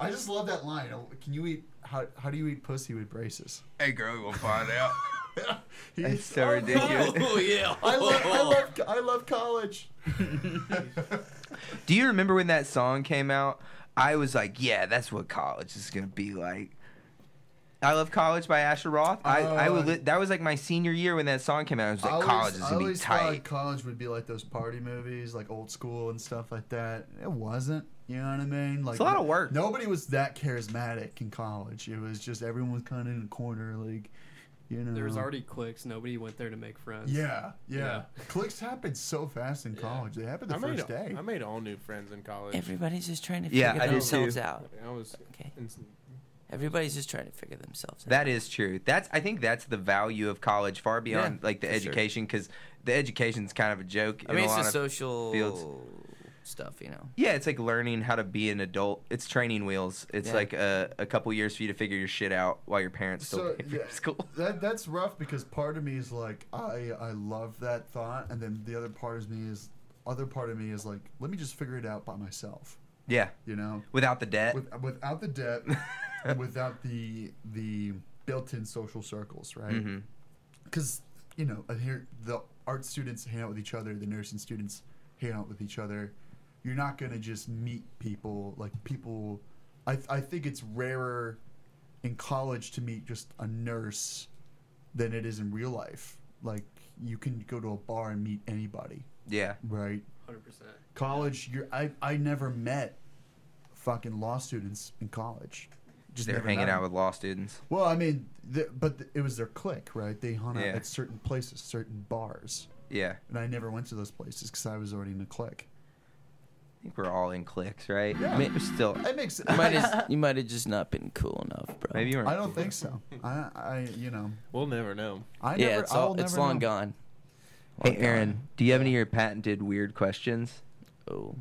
S7: I just love that line. Oh, Can you eat? How, how do you eat pussy
S8: [LAUGHS]
S7: with braces?
S2: hey, girl, you will find out.
S7: He-
S2: [LAUGHS] It's so
S7: I
S2: ridiculous.
S1: yeah.
S7: I love,
S2: [LAUGHS]
S7: I love, I love college.
S2: Do you remember when that song came out? I was like, yeah, that's what college is gonna be like. I love College by Asher Roth. I, I would li- that was like my senior year when that song came out. I was like,
S7: I always-
S2: college is
S7: I
S2: gonna be
S7: always
S2: tight.
S7: Thought college would be like those party movies, like old school and stuff like that. It wasn't. You know what I mean? Like
S2: It's a lot of work.
S7: Nobody was that charismatic in college. It was just everyone was kind of in a corner, like you know.
S8: There was already clicks. Nobody went there to make friends.
S7: Yeah, yeah.
S8: Yeah.
S7: Clicks happened so fast in college. They happened the
S6: I made
S7: first day.
S6: I made all new friends in college.
S1: Everybody's just trying to figure
S2: Yeah, I did
S1: themselves
S2: too.
S1: out.
S6: I was
S1: Okay.
S6: in-
S1: Everybody's just trying to figure themselves out.
S2: That is true. That's I think that's the value of college, far beyond
S1: Yeah,
S2: like the
S1: for sure.
S2: education, because the education's kind of a joke.
S1: I
S2: in
S1: mean,
S2: a
S1: it's
S2: lot
S1: the
S2: of-
S1: social
S2: fields.
S1: stuff, you know.
S2: Yeah, it's like learning how to be an adult. It's training wheels. It's
S1: Yeah.
S2: like a, a couple years for you to figure your shit out while your parents still
S7: So,
S2: pay for
S7: yeah.
S2: your [LAUGHS] school.
S7: [LAUGHS] That that's rough because part of me is like I I love that thought, and then the other part of me is other part of me is like let me just figure it out by myself.
S2: Yeah,
S7: You know,
S2: without the debt. [LAUGHS]
S7: With, without the debt,
S2: Mm-hmm.
S7: and without the the built-in social circles, right? Because you know, adhere, the art students hang out with each other, the nursing students hang out with each other. You're not going to just meet people. Like, people, I, I think it's rarer in college to meet just a nurse than it is in real life. Like, you can go to a bar and meet anybody,
S2: Yeah.
S7: right?
S8: Hundred percent.
S7: College, you're, I, I never met fucking law students in college. Just
S2: They're
S7: never
S2: hanging
S7: met 'em.
S2: out with law students.
S7: Well, I mean, th but th- it was their clique, right? They hung out
S2: Yeah.
S7: at certain places, certain bars,
S2: Yeah.
S7: and I never went to those places because I was already in a clique.
S2: I think we're all in cliques, right?
S7: Yeah.
S2: I mean, we're still.
S7: It makes.
S1: You might have, you might have just not been cool enough, bro.
S2: Maybe you weren't.
S7: [LAUGHS] I don't think so. I, I, you know,
S9: We'll never know.
S7: I
S1: yeah,
S7: never.
S1: it's
S7: I'll
S1: all, it's
S7: never
S1: long
S7: know.
S1: gone. [LAUGHS]
S2: Hey,
S1: Long
S2: Aaron, do you have any of your patented weird questions?
S1: gone. Oh.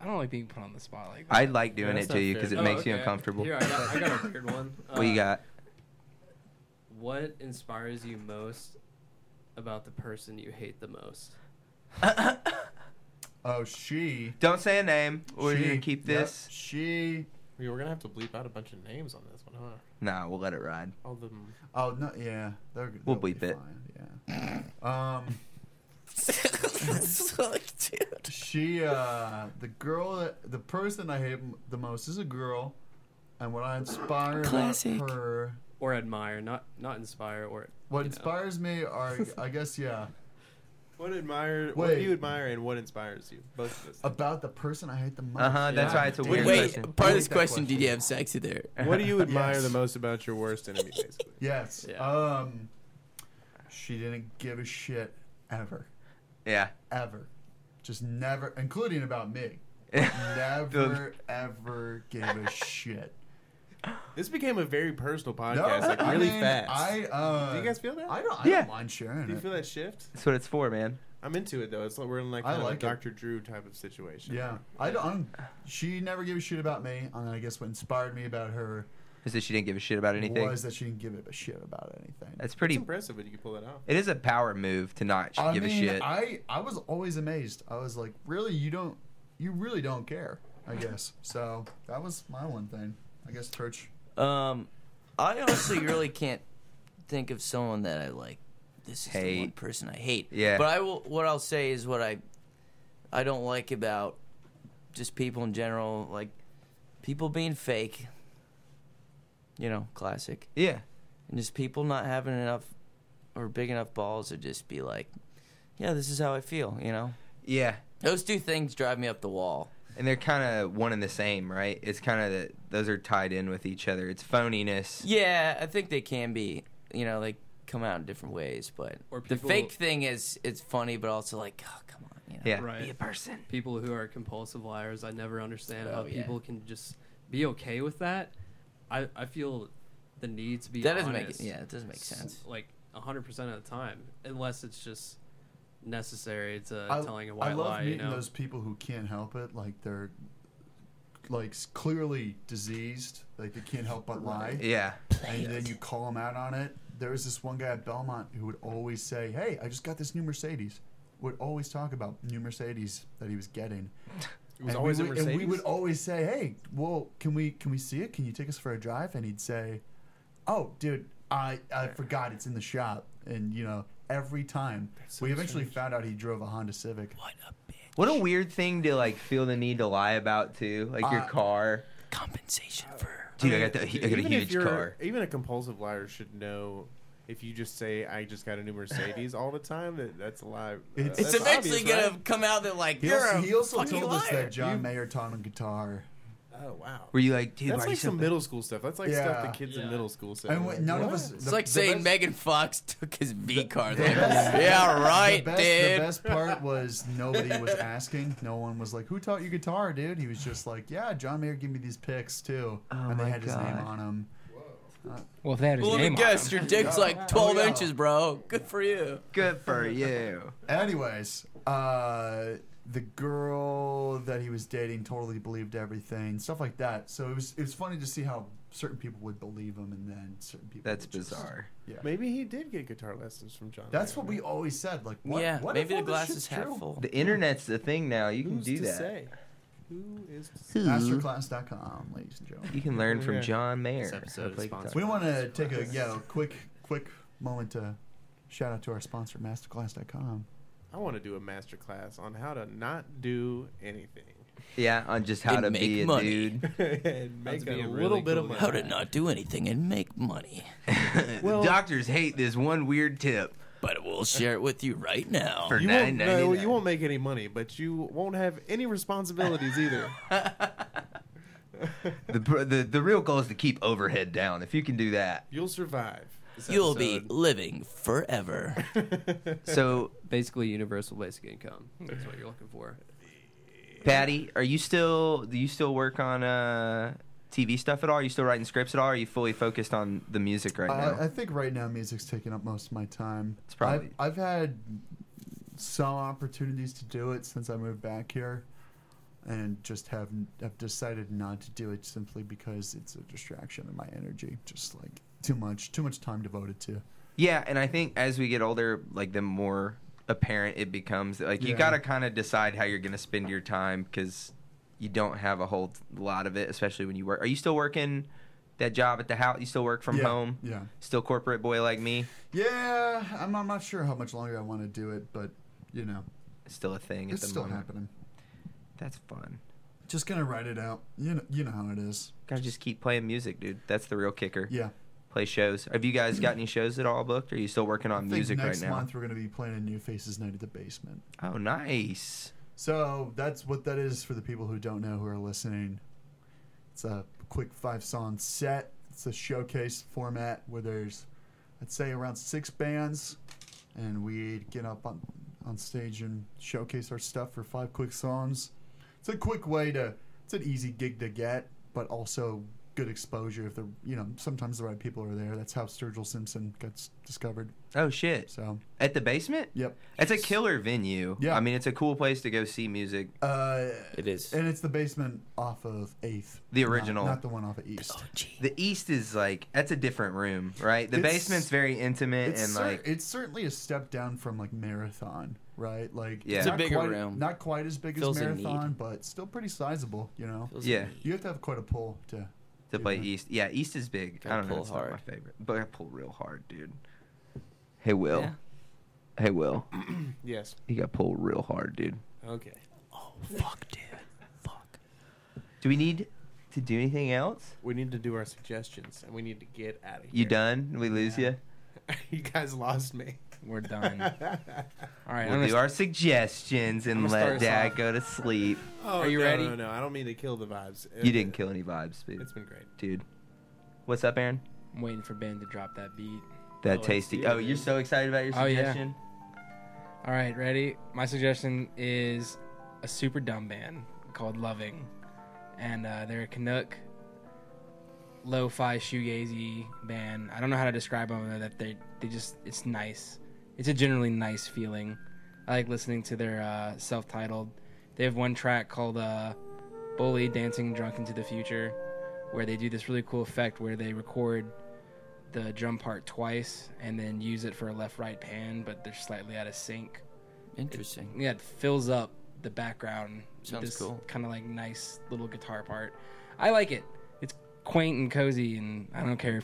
S3: I don't like being put on the spot like that.
S2: I like doing
S9: That's
S2: it to
S9: not
S2: you
S9: fair.
S2: because it
S9: Oh,
S2: makes you
S8: okay.
S2: uncomfortable.
S8: Here, I got, I got a weird one.
S2: [LAUGHS] what you
S8: Uh,
S2: got?
S8: What inspires you most about the person you hate the most?
S7: Oh, she.
S2: Don't say a name. We're
S7: she-
S2: gonna keep
S7: yep,
S2: this.
S7: she.
S6: We were gonna have to bleep out a bunch of names on this one, huh?
S2: Nah, we'll let it ride.
S6: All them.
S7: Oh no, yeah. They're,
S2: We'll
S7: they'll be
S2: bleep it.
S7: fine, Yeah. Um,
S1: Dude.
S7: she. Uh, the girl. that- The person I hate m- the most is a girl, and what I inspire about
S1: Classic.
S7: her.
S8: Or admire, not not inspire. Or
S7: What
S8: you know.
S7: inspires me are, I guess, yeah,
S6: What admire? What
S7: Wait.
S6: you admire and what inspires you? Both of us.
S7: about the person I hate the most.
S2: Uh huh. That's
S7: Yeah.
S2: why it's a
S7: Dude,
S2: weird
S1: Wait,
S2: question.
S1: part of
S7: I
S1: this
S7: hate that
S1: question, did
S7: question.
S1: you have sex with her?
S6: what
S7: [LAUGHS]
S6: do you admire
S7: Yes.
S6: the most about your worst enemy, basically?
S7: Yes.
S8: Yeah.
S7: Um, she didn't give a shit ever,
S2: [LAUGHS] Yeah. [LAUGHS]
S7: ever, just never, including about me.
S2: The-
S7: Never ever gave a shit.
S6: [LAUGHS] This became a very personal podcast, like really
S7: I mean,
S6: fast.
S7: I uh,
S6: do you guys feel that?
S7: I don't. I
S2: Yeah.
S7: don't mind sharing
S6: do you
S7: it.
S6: feel that shift?
S2: That's what it's for, man.
S6: I'm into it though. It's like we're in like,
S7: I
S6: kind of
S7: like it.
S6: a Dr. Drew type of situation.
S7: Yeah, I don't. I'm, she never gave a shit about me, and I guess what inspired me about her
S2: Is that she didn't give a shit about anything?
S7: was that she didn't give a shit about anything.
S2: That's
S6: It's
S2: pretty.
S6: impressive that you can pull that off.
S2: It is a power move to not sh-
S7: I
S2: give
S7: mean,
S2: a shit.
S7: I I was always amazed. I was like, really, you don't, you really don't care. I guess so. That was my one thing. I guess church.
S1: Um, I honestly really can't think of someone that I like. This is the one
S2: Hate.
S1: person I hate.
S2: Yeah.
S1: But I will. What I'll say is what I, I don't like about, just people in general, like, people being fake. You know, classic,
S2: yeah.
S1: and just people not having enough, or big enough balls to just be like, yeah, this is how I feel. You know,
S2: Yeah.
S1: those two things drive me up the wall.
S2: And they're kind of one and the same, right? It's kind of that those are tied in with each other. It's phoniness.
S1: Yeah, I think they can be. You know, they come out in different ways, but
S8: Or
S1: the
S8: people-
S1: fake thing is it's funny, but also like, oh, come on, you know.
S2: Yeah.
S8: right.
S10: Be a person.
S8: people who are compulsive liars. I never understand how
S1: Oh, yeah.
S8: people can just be okay with that. I, I feel the need to be
S1: that doesn't
S8: honest,
S1: make it. Yeah, it doesn't make sense.
S8: s- Like hundred percent of the time, unless it's just necessary to
S7: I,
S8: telling a white
S7: I love
S8: lie. You
S7: meeting
S8: know,
S7: those people who can't help it. Like they're, like s- clearly diseased. Like they can't help but lie.
S2: Yeah.
S7: And then you call them out on it. There was this one guy at Belmont who would always say, "Hey, I just got this new Mercedes." Would always talk about new Mercedes that he was getting.
S6: It was
S7: and
S6: always
S7: we
S6: a
S7: would,
S6: Mercedes.
S7: And we would always say, "Hey, well, can we can we see it? Can you take us for a drive?" And he'd say, "Oh, dude, I I forgot it's in the shop." And you know, every time we eventually found out he drove a Honda Civic.
S1: What a bitch.
S2: What a weird thing to like feel the need to lie about too, like your
S7: Uh,
S2: car.
S1: Compensation for.
S2: Dude, I got the, I got a
S6: even if
S2: huge
S6: you're-
S2: car.
S6: Even a compulsive liar should know if you just say I just got a new Mercedes all the time that that's a lie. Uh,
S7: It's-
S1: It's
S6: that's
S1: eventually
S6: obvious,
S1: gonna
S6: right?
S1: come out that like
S7: He
S1: you're
S7: also,
S1: a
S7: he also
S1: fucking
S7: told
S1: liar.
S7: us that John Mayer taught him guitar.
S6: Oh wow.
S2: Were you like, dude,
S6: That's
S2: why
S6: like
S2: you
S6: some
S2: so
S6: middle school stuff. That's like
S7: Yeah.
S6: stuff the kids in
S8: Yeah.
S6: middle school say.
S7: And when, none of
S6: What?
S7: us.
S1: it's like saying
S7: [LAUGHS] best,
S1: Megan Fox took his V card. Like,
S7: best-
S1: yeah,
S7: the
S1: right,
S7: best, the
S1: dude. [LAUGHS]
S7: best part was nobody was asking. No one was like, "Who taught you guitar, dude?" He was just like, "Yeah, John Mayer gave me these picks too,"
S2: Oh
S7: and they
S2: my
S7: had his name
S2: God.
S7: on them.
S3: Well, if they had his
S1: Well, let
S3: name
S1: me
S3: on
S1: guess,
S3: him.
S1: your dick's like 12
S7: Oh, yeah.
S1: inches, bro. Good for you.
S2: good
S6: [LAUGHS]
S2: for you?
S7: Anyways, uh, the girl that he was dating totally believed everything, stuff like that. So it was it was funny to see how certain people would believe him, and then certain people.
S2: That's
S7: would just-
S2: bizarre.
S6: Maybe he did get guitar lessons from John.
S7: That's
S6: Mayer,
S7: what we
S6: right?
S7: always said. Like, what,
S1: yeah,
S7: what if
S1: maybe the
S7: all this
S1: glass
S7: shit's
S1: is half
S7: true?
S1: full.
S2: The internet's the thing now. You can
S6: Who's
S2: do
S6: to
S2: that.
S6: say? Who is to say?
S7: Masterclass.com, ladies and gentlemen.
S2: You can learn from
S6: Yeah.
S2: John Mayer.
S8: This episode
S2: How to
S8: is
S2: play guitar.
S8: sponsored
S7: We want to take a yeah, quick quick moment to Shout out to our sponsor, Masterclass.com.
S6: I want to do a master class on how to not do anything. [LAUGHS]
S2: Yeah, on just how
S1: And
S2: to
S1: make
S2: be a
S1: money.
S2: dude.
S6: and make
S3: That'd be
S6: a
S3: a
S6: little
S3: really
S6: bit of
S3: cool
S6: money.
S1: How to not do anything and make money.
S2: [LAUGHS] Doctors hate this one weird tip.
S1: But we'll share it with you right now.
S2: For
S6: You won't, no,
S2: $9.99.
S6: you won't make any money, but you won't have any responsibilities either.
S1: [LAUGHS]
S2: The, pr- the the real goal is to keep overhead down. If you can do that,
S6: [LAUGHS] You'll survive. this
S1: You'll be
S6: episode.
S1: living forever.
S2: so
S8: Basically, universal basic income. That's what you're looking for.
S2: Patty, are you still? Do you still work on uh, TV stuff at all? Are you still writing scripts at all? Are you fully focused on the music right now?
S7: I, I think right now music's taking up most of my time.
S2: It's probably-
S7: I've, I've had some opportunities to do it since I moved back here, and just have have decided not to do it simply because it's a distraction of my energy. Just like too much, too much time devoted to.
S2: yeah, and I think as we get older, like the more apparent it becomes, like you
S7: Yeah.
S2: gotta kind of decide how you're gonna spend your time because you don't have a whole lot of it, especially when you work. Are you still working that job at the house? You still work from
S7: Yeah,
S2: home?
S7: Yeah.
S2: Still corporate boy like me?
S7: Yeah. I'm, I'm not sure how much longer I want to do it, but you know,
S2: It's still a thing at
S7: it's
S2: the
S7: still
S2: moment.
S7: happening.
S2: That's fun.
S7: Just gonna write it out. You know, you know how it is.
S2: Gotta just keep playing music, dude. That's the real kicker.
S7: Yeah.
S2: Play shows. Have you guys got any shows at all booked? Or are you still working on
S7: I think
S2: music
S7: next
S2: right now?
S7: month we're gonna be playing a New Faces Night at the Basement.
S2: Oh, nice.
S7: So that's what that is for the people who don't know who are listening. It's a quick five song set. It's a showcase format where there's, I'd say, around six bands, and we'd get up on, on stage and showcase our stuff for five quick songs. It's a quick way to, it's an easy gig to get, but also good exposure if the you know sometimes the right people are there. That's how Sturgill Simpson gets discovered.
S2: Oh shit.
S7: So
S2: At the basement?
S7: yep.
S2: It's a killer venue.
S7: Yeah.
S2: I mean, it's a cool place to go see music.
S7: Uh,
S1: It is.
S7: And it's the basement off of 8th.
S2: The
S7: not-
S2: original.
S7: Not, the one off of East.
S1: Oh.
S2: The East is like that's a different room, right? The
S7: It's-
S2: basement's very intimate
S7: It's,
S2: and
S7: cer-
S2: like
S7: it's certainly a step down from like Marathon, right? Like
S2: Yeah. It's a
S7: not
S1: bigger
S7: quite,
S1: room.
S7: Not quite as big
S1: Fills
S7: as
S1: a
S7: Marathon,
S1: need.
S7: but still pretty sizable, you know?
S2: Yeah.
S7: You have to have quite a pull to.
S2: to play
S7: Yeah.
S2: East. Yeah, East is big.
S1: Gotta
S2: I don't know.
S1: pull
S2: It's
S1: hard.
S2: not my favorite, but I pull real hard, dude. Hey Will.
S1: Yeah.
S2: Hey Will.
S6: [LAUGHS] Yes.
S2: You got pulled real hard, dude.
S6: Okay.
S2: Oh,
S1: Fuck, dude. Fuck.
S2: Do we need to do anything else?
S6: We need to do our suggestions, and we need to get out of here.
S2: You done? We lose
S3: Yeah.
S2: you.
S6: [LAUGHS] you guys lost me. [LAUGHS]
S3: We're done. All right,
S2: We'll
S3: I'm
S2: do
S3: gonna,
S2: our suggestions
S3: I'm
S2: and
S3: gonna
S2: let
S3: start us
S2: Dad
S3: off.
S2: go to sleep.
S6: Oh,
S3: Are you
S6: no,
S3: ready?
S6: No, no, I don't mean to kill the vibes.
S2: You didn't kill any vibes, dude.
S6: It's been great.
S2: dude. What's up, Aaron?
S3: I'm waiting for Ben to drop that beat.
S2: That
S3: Oh, I
S2: tasty.
S3: see.
S2: Oh, you're so excited about your
S3: Oh, yeah.
S2: suggestion.
S3: All right, ready? My suggestion is a super dumb band called Loving, and uh, they're a Canuck lo-fi shoegazy band. I don't know how to describe them. other That they they just it's nice. It's a generally nice feeling. I like listening to their uh, self-titled. They have one track called uh, "Bully Dancing Drunk into the Future," where they do this really cool effect where they record the drum part twice and then use it for a left-right pan, but they're slightly out of sync.
S1: [LAUGHS] Interesting.
S3: Yeah, it fills up the background. with
S1: Sounds
S3: this
S1: cool.
S3: Kind of like nice little guitar part. I like it. It's quaint and cozy, and I don't care.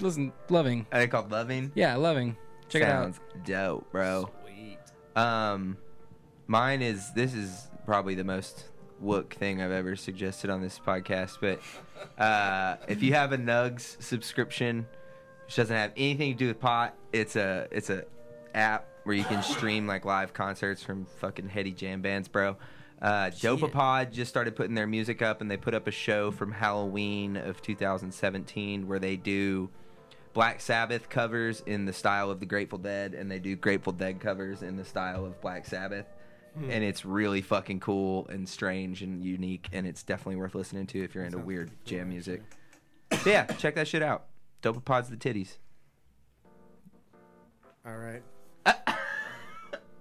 S3: Listen, loving.
S2: Are they called Loving?
S3: Yeah, loving. Check
S2: Sounds dope, bro. Sweet. Um, mine is this is probably the most wook thing I've ever suggested on this podcast. But uh, if you have a Nugs subscription, which doesn't have anything to do with pot, it's a it's a app where you can stream like live concerts from fucking heady jam bands, bro. Uh, Dopapod just started putting their music up, and they put up a show from Halloween of 2017 where they do Black Sabbath covers in the style of the Grateful Dead, and they do Grateful Dead covers in the style of Black Sabbath. And it's really fucking cool and strange and unique, and it's definitely worth listening to if you're into
S6: Sounds
S2: weird
S6: pretty cool,
S2: jam music. yeah, check that shit out. Dopapod's the titties.
S6: All
S2: [LAUGHS]
S6: right.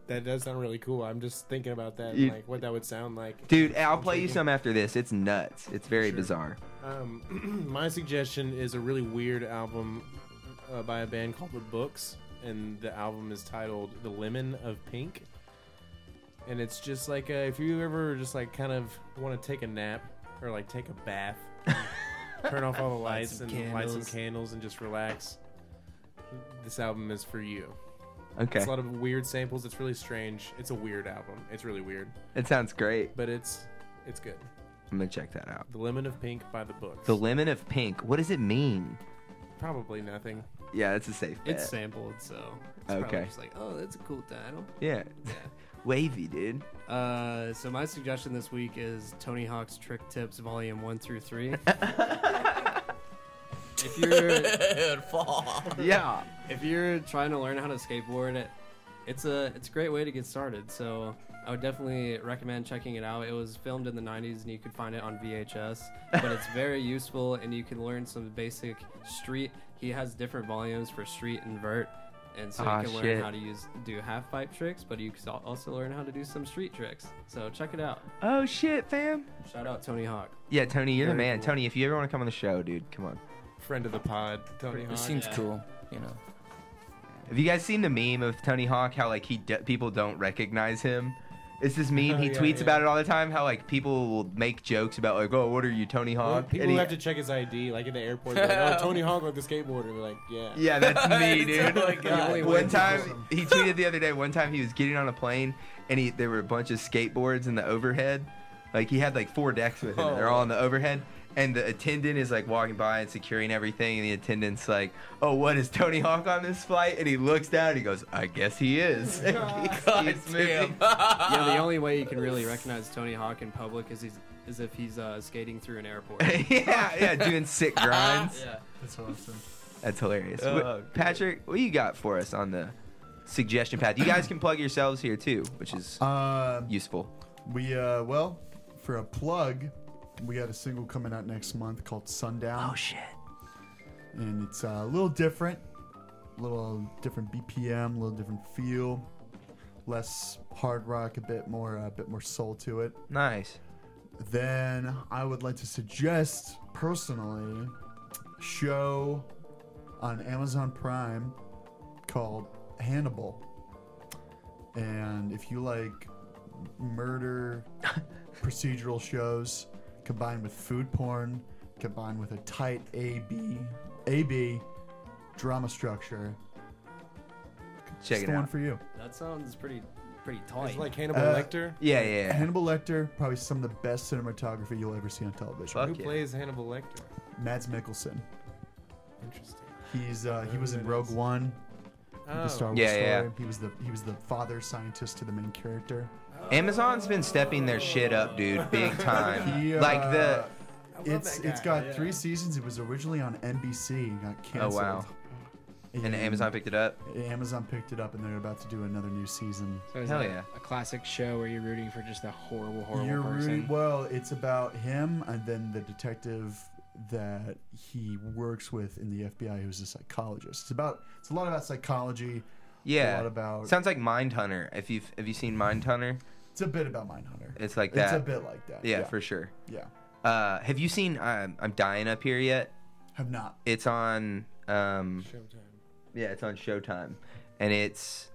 S6: that does sound really cool. I'm just thinking about that,
S2: You-
S6: and like what that would sound like.
S2: Dude, I'll play you
S6: taking-
S2: some after this. It's nuts. It's very bizarre.
S6: Um, [CLEARS THROAT] my suggestion is a really weird album uh, by a band called The Books, and the album is titled "The Lemon of Pink." And it's just like uh, if you ever just like kind of want to take a nap or like take a bath, turn off all the lights
S3: some
S6: and light some
S3: candles.
S6: candles and just relax. This album is for you.
S2: Okay.
S6: It's a lot of weird samples. It's really strange. It's a weird album. It's really weird,
S2: It sounds great.
S6: but it's it's good.
S2: I'm gonna check that out.
S6: The Lemon of Pink by the Books.
S2: The Lemon of Pink. What does it mean?
S6: Probably nothing.
S2: Yeah, that's a safe bet.
S8: It's sampled, so it's
S2: Okay.
S8: probably just like, oh, that's a cool title.
S2: yeah. [LAUGHS] Wavy, dude.
S8: Uh, so my suggestion this week is Tony Hawk's Trick Tips Volume One through
S2: [LAUGHS]
S8: Three. if you're
S1: Dude, fall.
S2: Yeah.
S8: if you're trying to learn how to skateboard, it, it's a it's a great way to get started. So I would definitely recommend checking it out. It was filmed in the '90s, and you could find it on VHS. But it's
S2: [LAUGHS]
S8: very useful, and you can learn some basic street. He has different volumes for street and vert, and so
S2: Ah,
S8: you can
S2: shit.
S8: learn how to use do half pipe tricks, but you can al- also learn how to do some street tricks. So check it out.
S2: Oh shit, fam.
S8: Shout out Tony Hawk.
S2: Yeah, Tony, you're the
S8: Very
S2: man.
S8: cool.
S2: Tony, if you ever want to come on the show, dude, come on.
S6: Friend of the pod, Tony Hawk.
S1: It seems
S8: yeah.
S1: cool, you know.
S2: Have you guys seen the meme of Tony Hawk? How like he d people don't recognize him. It's this meme. he
S6: Oh, yeah,
S2: tweets
S6: yeah.
S2: about it all the time. How like people will make jokes about like, oh, what are you, Tony
S6: Well,
S2: Hawk? And
S6: people
S2: he-
S6: have to check his ID, like at the airport. they're Like, oh, Tony Hawk, like the skateboarder. We're like, yeah.
S2: Yeah, that's me, dude.
S1: Oh my God.
S2: One time, he tweeted the other day. One time, he was getting on a plane, and he there were a bunch of skateboards in the overhead. Like he had like four decks with him. and They're all in the overhead, and the attendant is like walking by and securing everything. And the attendant's like, "Oh, what is Tony Hawk on this flight?" And he looks down and he goes, "I guess he is." [LAUGHS] And he keeps moving.
S8: yeah, the only way you can really recognize Tony Hawk in public is he's is if he's uh, skating through an airport.
S2: [LAUGHS] yeah, yeah, doing sick grinds.
S8: yeah.
S1: [LAUGHS]
S7: That's awesome.
S2: That's hilarious.
S9: Oh,
S2: What-
S9: good.
S2: Patrick, what you got for us on the suggestion path? You guys can plug yourselves here too, which is
S7: Um,
S2: useful.
S7: we uh, well, for a plug, we got a single coming out next month called Sundown.
S10: Oh shit.
S7: and it's uh, a little different, a little different BPM, a little different feel, less hard rock, a bit more, a bit more soul to it.
S2: Nice.
S7: Then I would like to suggest personally a show on Amazon Prime called Hannibal, and if you like
S2: [LAUGHS]
S7: murder procedural shows combined with food porn combined with a tight AB AB drama structure.
S2: Check
S7: it's
S2: it
S7: the one
S2: out.
S7: for you.
S8: That sounds pretty pretty tight.
S6: It's like Hannibal
S7: Uh,
S6: Lecter.
S2: Yeah, yeah, yeah.
S7: Hannibal Lecter, probably some of the best cinematography you'll ever see on television.
S2: Fuck
S6: Who
S2: yeah.
S6: plays Hannibal Lecter?
S7: Mads Mikkelsen.
S6: Interesting.
S7: He's uh, he
S6: Who
S7: was in
S6: that
S7: Rogue
S6: is. Oh.
S7: One, the Star Wars
S2: Yeah,
S7: story.
S2: yeah.
S7: He was the he was the father scientist to the main character.
S2: Amazon's been stepping their shit up,
S7: [LAUGHS]
S2: dude, big time.
S7: He, uh,
S2: like the
S7: it's it's got three seasons. It was originally on NBC and got
S2: oh
S7: canceled.
S2: wow, and Amazon picked it up.
S7: Amazon picked it up, and they're about to do another new season.
S3: So is
S2: Hell
S3: it
S2: yeah.
S3: A classic show where you're rooting for just the horrible, horrible
S7: You're
S3: person.
S7: rooting- well, it's about him and then the detective that he works with in the FBI, who's a psychologist. It's about it's a lot about psychology.
S2: Yeah,
S7: lot about-
S2: sounds like Mindhunter. If you've have you seen Mindhunter?
S7: It's a bit about Mindhunter.
S2: It's like
S7: It's
S2: that.
S7: a bit like that.
S2: yeah, for sure.
S7: yeah.
S2: Uh, have you seen um, I'm dying up here yet?
S7: Have not.
S2: It's on. Um,
S6: Showtime.
S2: yeah, it's on Showtime, and it's.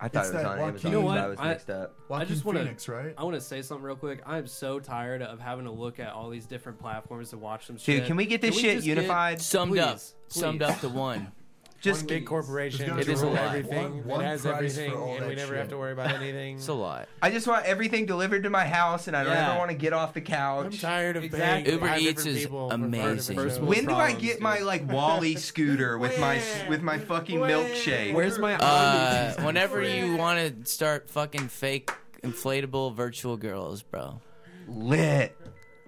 S2: I thought
S7: It's
S2: it was
S7: that
S2: on
S7: Joaquin-
S2: Amazon.
S7: You know
S2: so
S8: what?
S2: I was
S8: I-
S2: mixed up.
S7: Joaquin
S8: just wanna-
S7: Phoenix, right?
S8: I want to say something real quick. I'm so tired of having to look at all these different platforms to watch some shit.
S2: Dude, can we get this shit
S8: just get-
S2: unified?
S1: Summed up,
S8: Please,
S1: summed
S8: please.
S1: up to one.
S2: Just
S6: One big corporation.
S1: gotta
S7: There's
S1: be
S6: rule
S1: one-
S6: everything.
S7: one-
S6: It
S7: one
S6: has
S7: price for
S6: everything,
S7: all
S6: and we
S7: that
S6: never
S7: shit.
S6: have to worry about anything.
S1: [LAUGHS] It's a lot.
S2: I just want everything delivered to my house, and I don't
S8: Yeah.
S2: ever want to get off the
S6: I'm
S2: couch.
S6: tired of
S3: Exactly.
S6: paying
S1: Uber
S6: five
S1: Eats
S6: different
S1: is
S6: people for five
S1: amazing.
S6: different
S8: First
S6: shows.
S8: world
S2: When do I
S8: problems,
S2: get
S8: dude.
S2: my like [LAUGHS] Wally scooter with my with my fucking milkshake?
S8: Where's my
S1: Uh, whenever you want to start fucking fake inflatable virtual girls, bro.
S2: lit?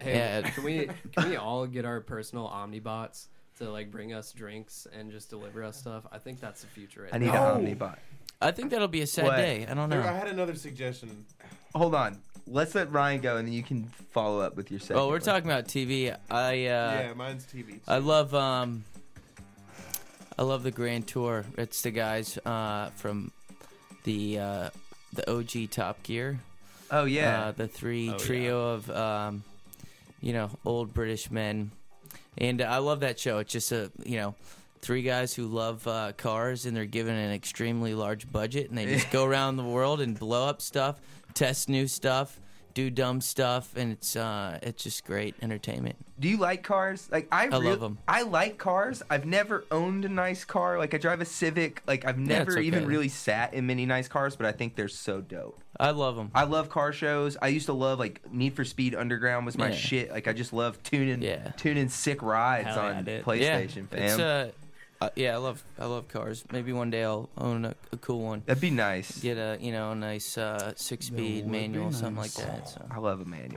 S8: Hey,
S1: Yeah.
S2: [LAUGHS]
S8: can we can we all get our personal Omnibots to like bring us drinks and just deliver us stuff? I think that's the future. Right
S2: I need
S8: now.
S2: an Omnibot.
S1: I think that'll be a sad
S2: What?
S1: day. I don't
S6: Dude, I
S1: know.
S6: had another suggestion.
S2: Hold on, let's let Ryan go, and then you can follow up with your second.
S1: Oh, we're
S2: one.
S1: talking about TV. I uh,
S6: yeah, mine's TV.
S1: I love um I love the Grand Tour. It's the guys uh from the uh the OG Top Gear.
S2: Oh yeah,
S1: Uh the three trio of um you know, old British men. And I love that show. It's just a, you know, three guys who love uh, cars and they're given an extremely large budget and they just go around the world and blow up stuff, test new stuff, do dumb stuff, and it's uh, it's just great entertainment.
S2: Do you like cars? Like I,
S1: I
S2: rea-
S1: love 'em.
S2: I like cars. I've never owned a nice car. Like I drive a Civic. Like I've never
S1: it's okay.
S2: even really sat in many nice cars, but I think they're so dope.
S1: I love them.
S2: I love car shows. I used to love like Need for Speed Underground was my
S1: Yeah.
S2: shit. Like I just love tuning
S1: Yeah.
S2: tuning sick rides
S1: Hell yeah,
S2: on
S1: dude.
S2: PlayStation,
S1: yeah,
S2: fam.
S1: It's, uh, uh, yeah, I love I love cars. Maybe one day I'll own a, a cool one.
S2: That'd be nice.
S1: Get a you know a nice uh, six speed
S7: would be
S1: manual, something like
S7: nice.
S1: that. So.
S2: I love a manual.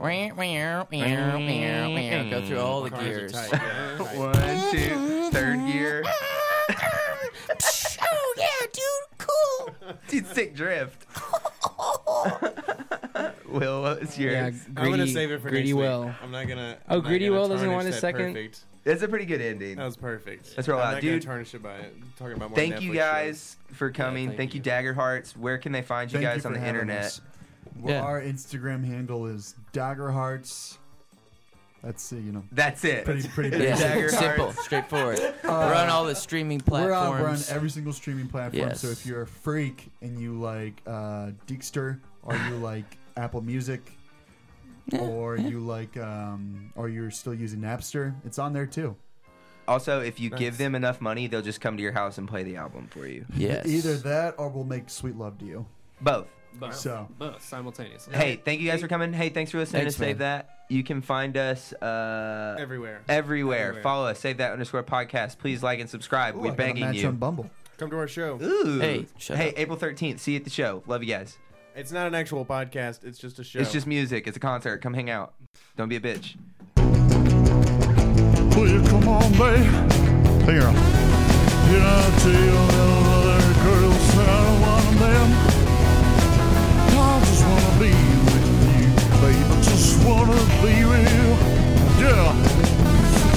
S1: Go through all the
S6: Cars are
S1: gears.
S6: tight, yeah. Tight.
S2: One, two, third gear.
S1: [LAUGHS] oh yeah, dude, cool.
S2: Dude, sick drift. Will, what's
S3: Yeah,
S2: yours?
S3: greedy,
S6: I'm gonna save it for
S3: greedy
S6: next
S3: Will.
S6: Week. I'm not gonna.
S3: Oh,
S6: I'm not
S3: Greedy
S6: gonna
S3: Will doesn't
S6: tarnish
S3: want a
S6: that
S3: second?
S6: Perfect.
S2: That's a pretty good ending.
S6: That was perfect.
S2: That's where
S6: I'm
S2: we're
S6: not
S2: at,
S6: gonna
S2: dude.
S6: tarnish it by it. talking about more
S2: Thank you
S6: Netflix
S2: guys for coming.
S8: thank
S2: thank you,
S8: you.
S2: Dagger Hearts. Where can they find you
S7: Thank
S2: guys
S7: you
S2: on
S7: for
S2: the
S7: having
S2: internet?
S7: us. Well,
S1: Yeah.
S7: Our Instagram handle is Daggerhearts. That's uh, you know
S2: That's it.
S7: pretty pretty basic.
S1: Yeah,
S2: Dagger
S1: simple,
S2: hearts.
S1: straightforward. we're on all the streaming platforms.
S7: Uh, We're on, we're on every single streaming platform. So
S1: Yes.
S7: if you're a freak and you like uh, Deekster, or you like Apple Music, or you like, um, or you're still using Napster, it's on there too.
S2: Also, if you give
S6: Nice.
S2: them enough money, they'll just come to your house and play the album for you.
S1: yes.
S7: Either that, or we'll make sweet love to you.
S2: Both.
S8: Both,
S7: So.
S8: both simultaneously.
S2: Hey, thank you guys for coming. Hey, thanks for listening
S1: Thanks,
S2: to Save
S1: man.
S2: That. You can find us uh,
S6: Everywhere.
S2: everywhere.
S6: Everywhere.
S2: Follow us, Save That underscore podcast. Please like and subscribe.
S7: Ooh, I
S2: We're
S7: got a
S2: begging
S7: match
S2: you.
S7: on Bumble.
S6: Come to our show.
S2: Ooh.
S1: Hey, shut
S2: hey
S1: up.
S2: April 13th. See you at the show. Love you guys.
S6: It's not an actual podcast. It's just a show.
S2: It's just music. It's a concert. Come hang out. Don't be a bitch.
S7: Will you come on, babe? Hear 'em. You know, I tell you them other girls said I don't want them. I just wanna be with you, babe. I just wanna be with you. Yeah.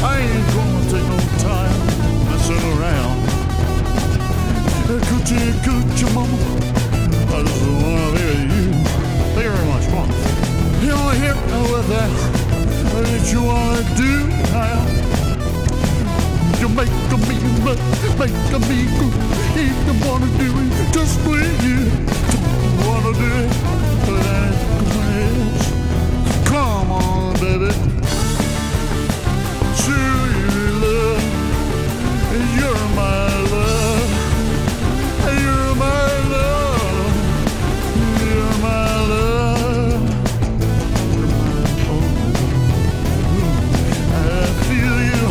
S7: I ain't gonna take no time messing around. Hey, Coochie, coochie, mama. I just wanna be with you. Thank you very much. Come on. You know, hit me with that that you wanna do now. You make a me, but make a me good. If you wanna do it, just with you. Don't wanna do it, but I can Come on, baby. Show you love. You're my love. You're my love. You're my love. I feel you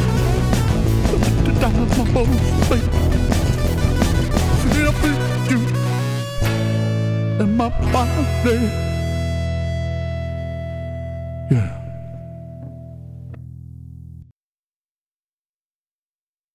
S7: down in my bones, baby. I feel you in my body. Yeah.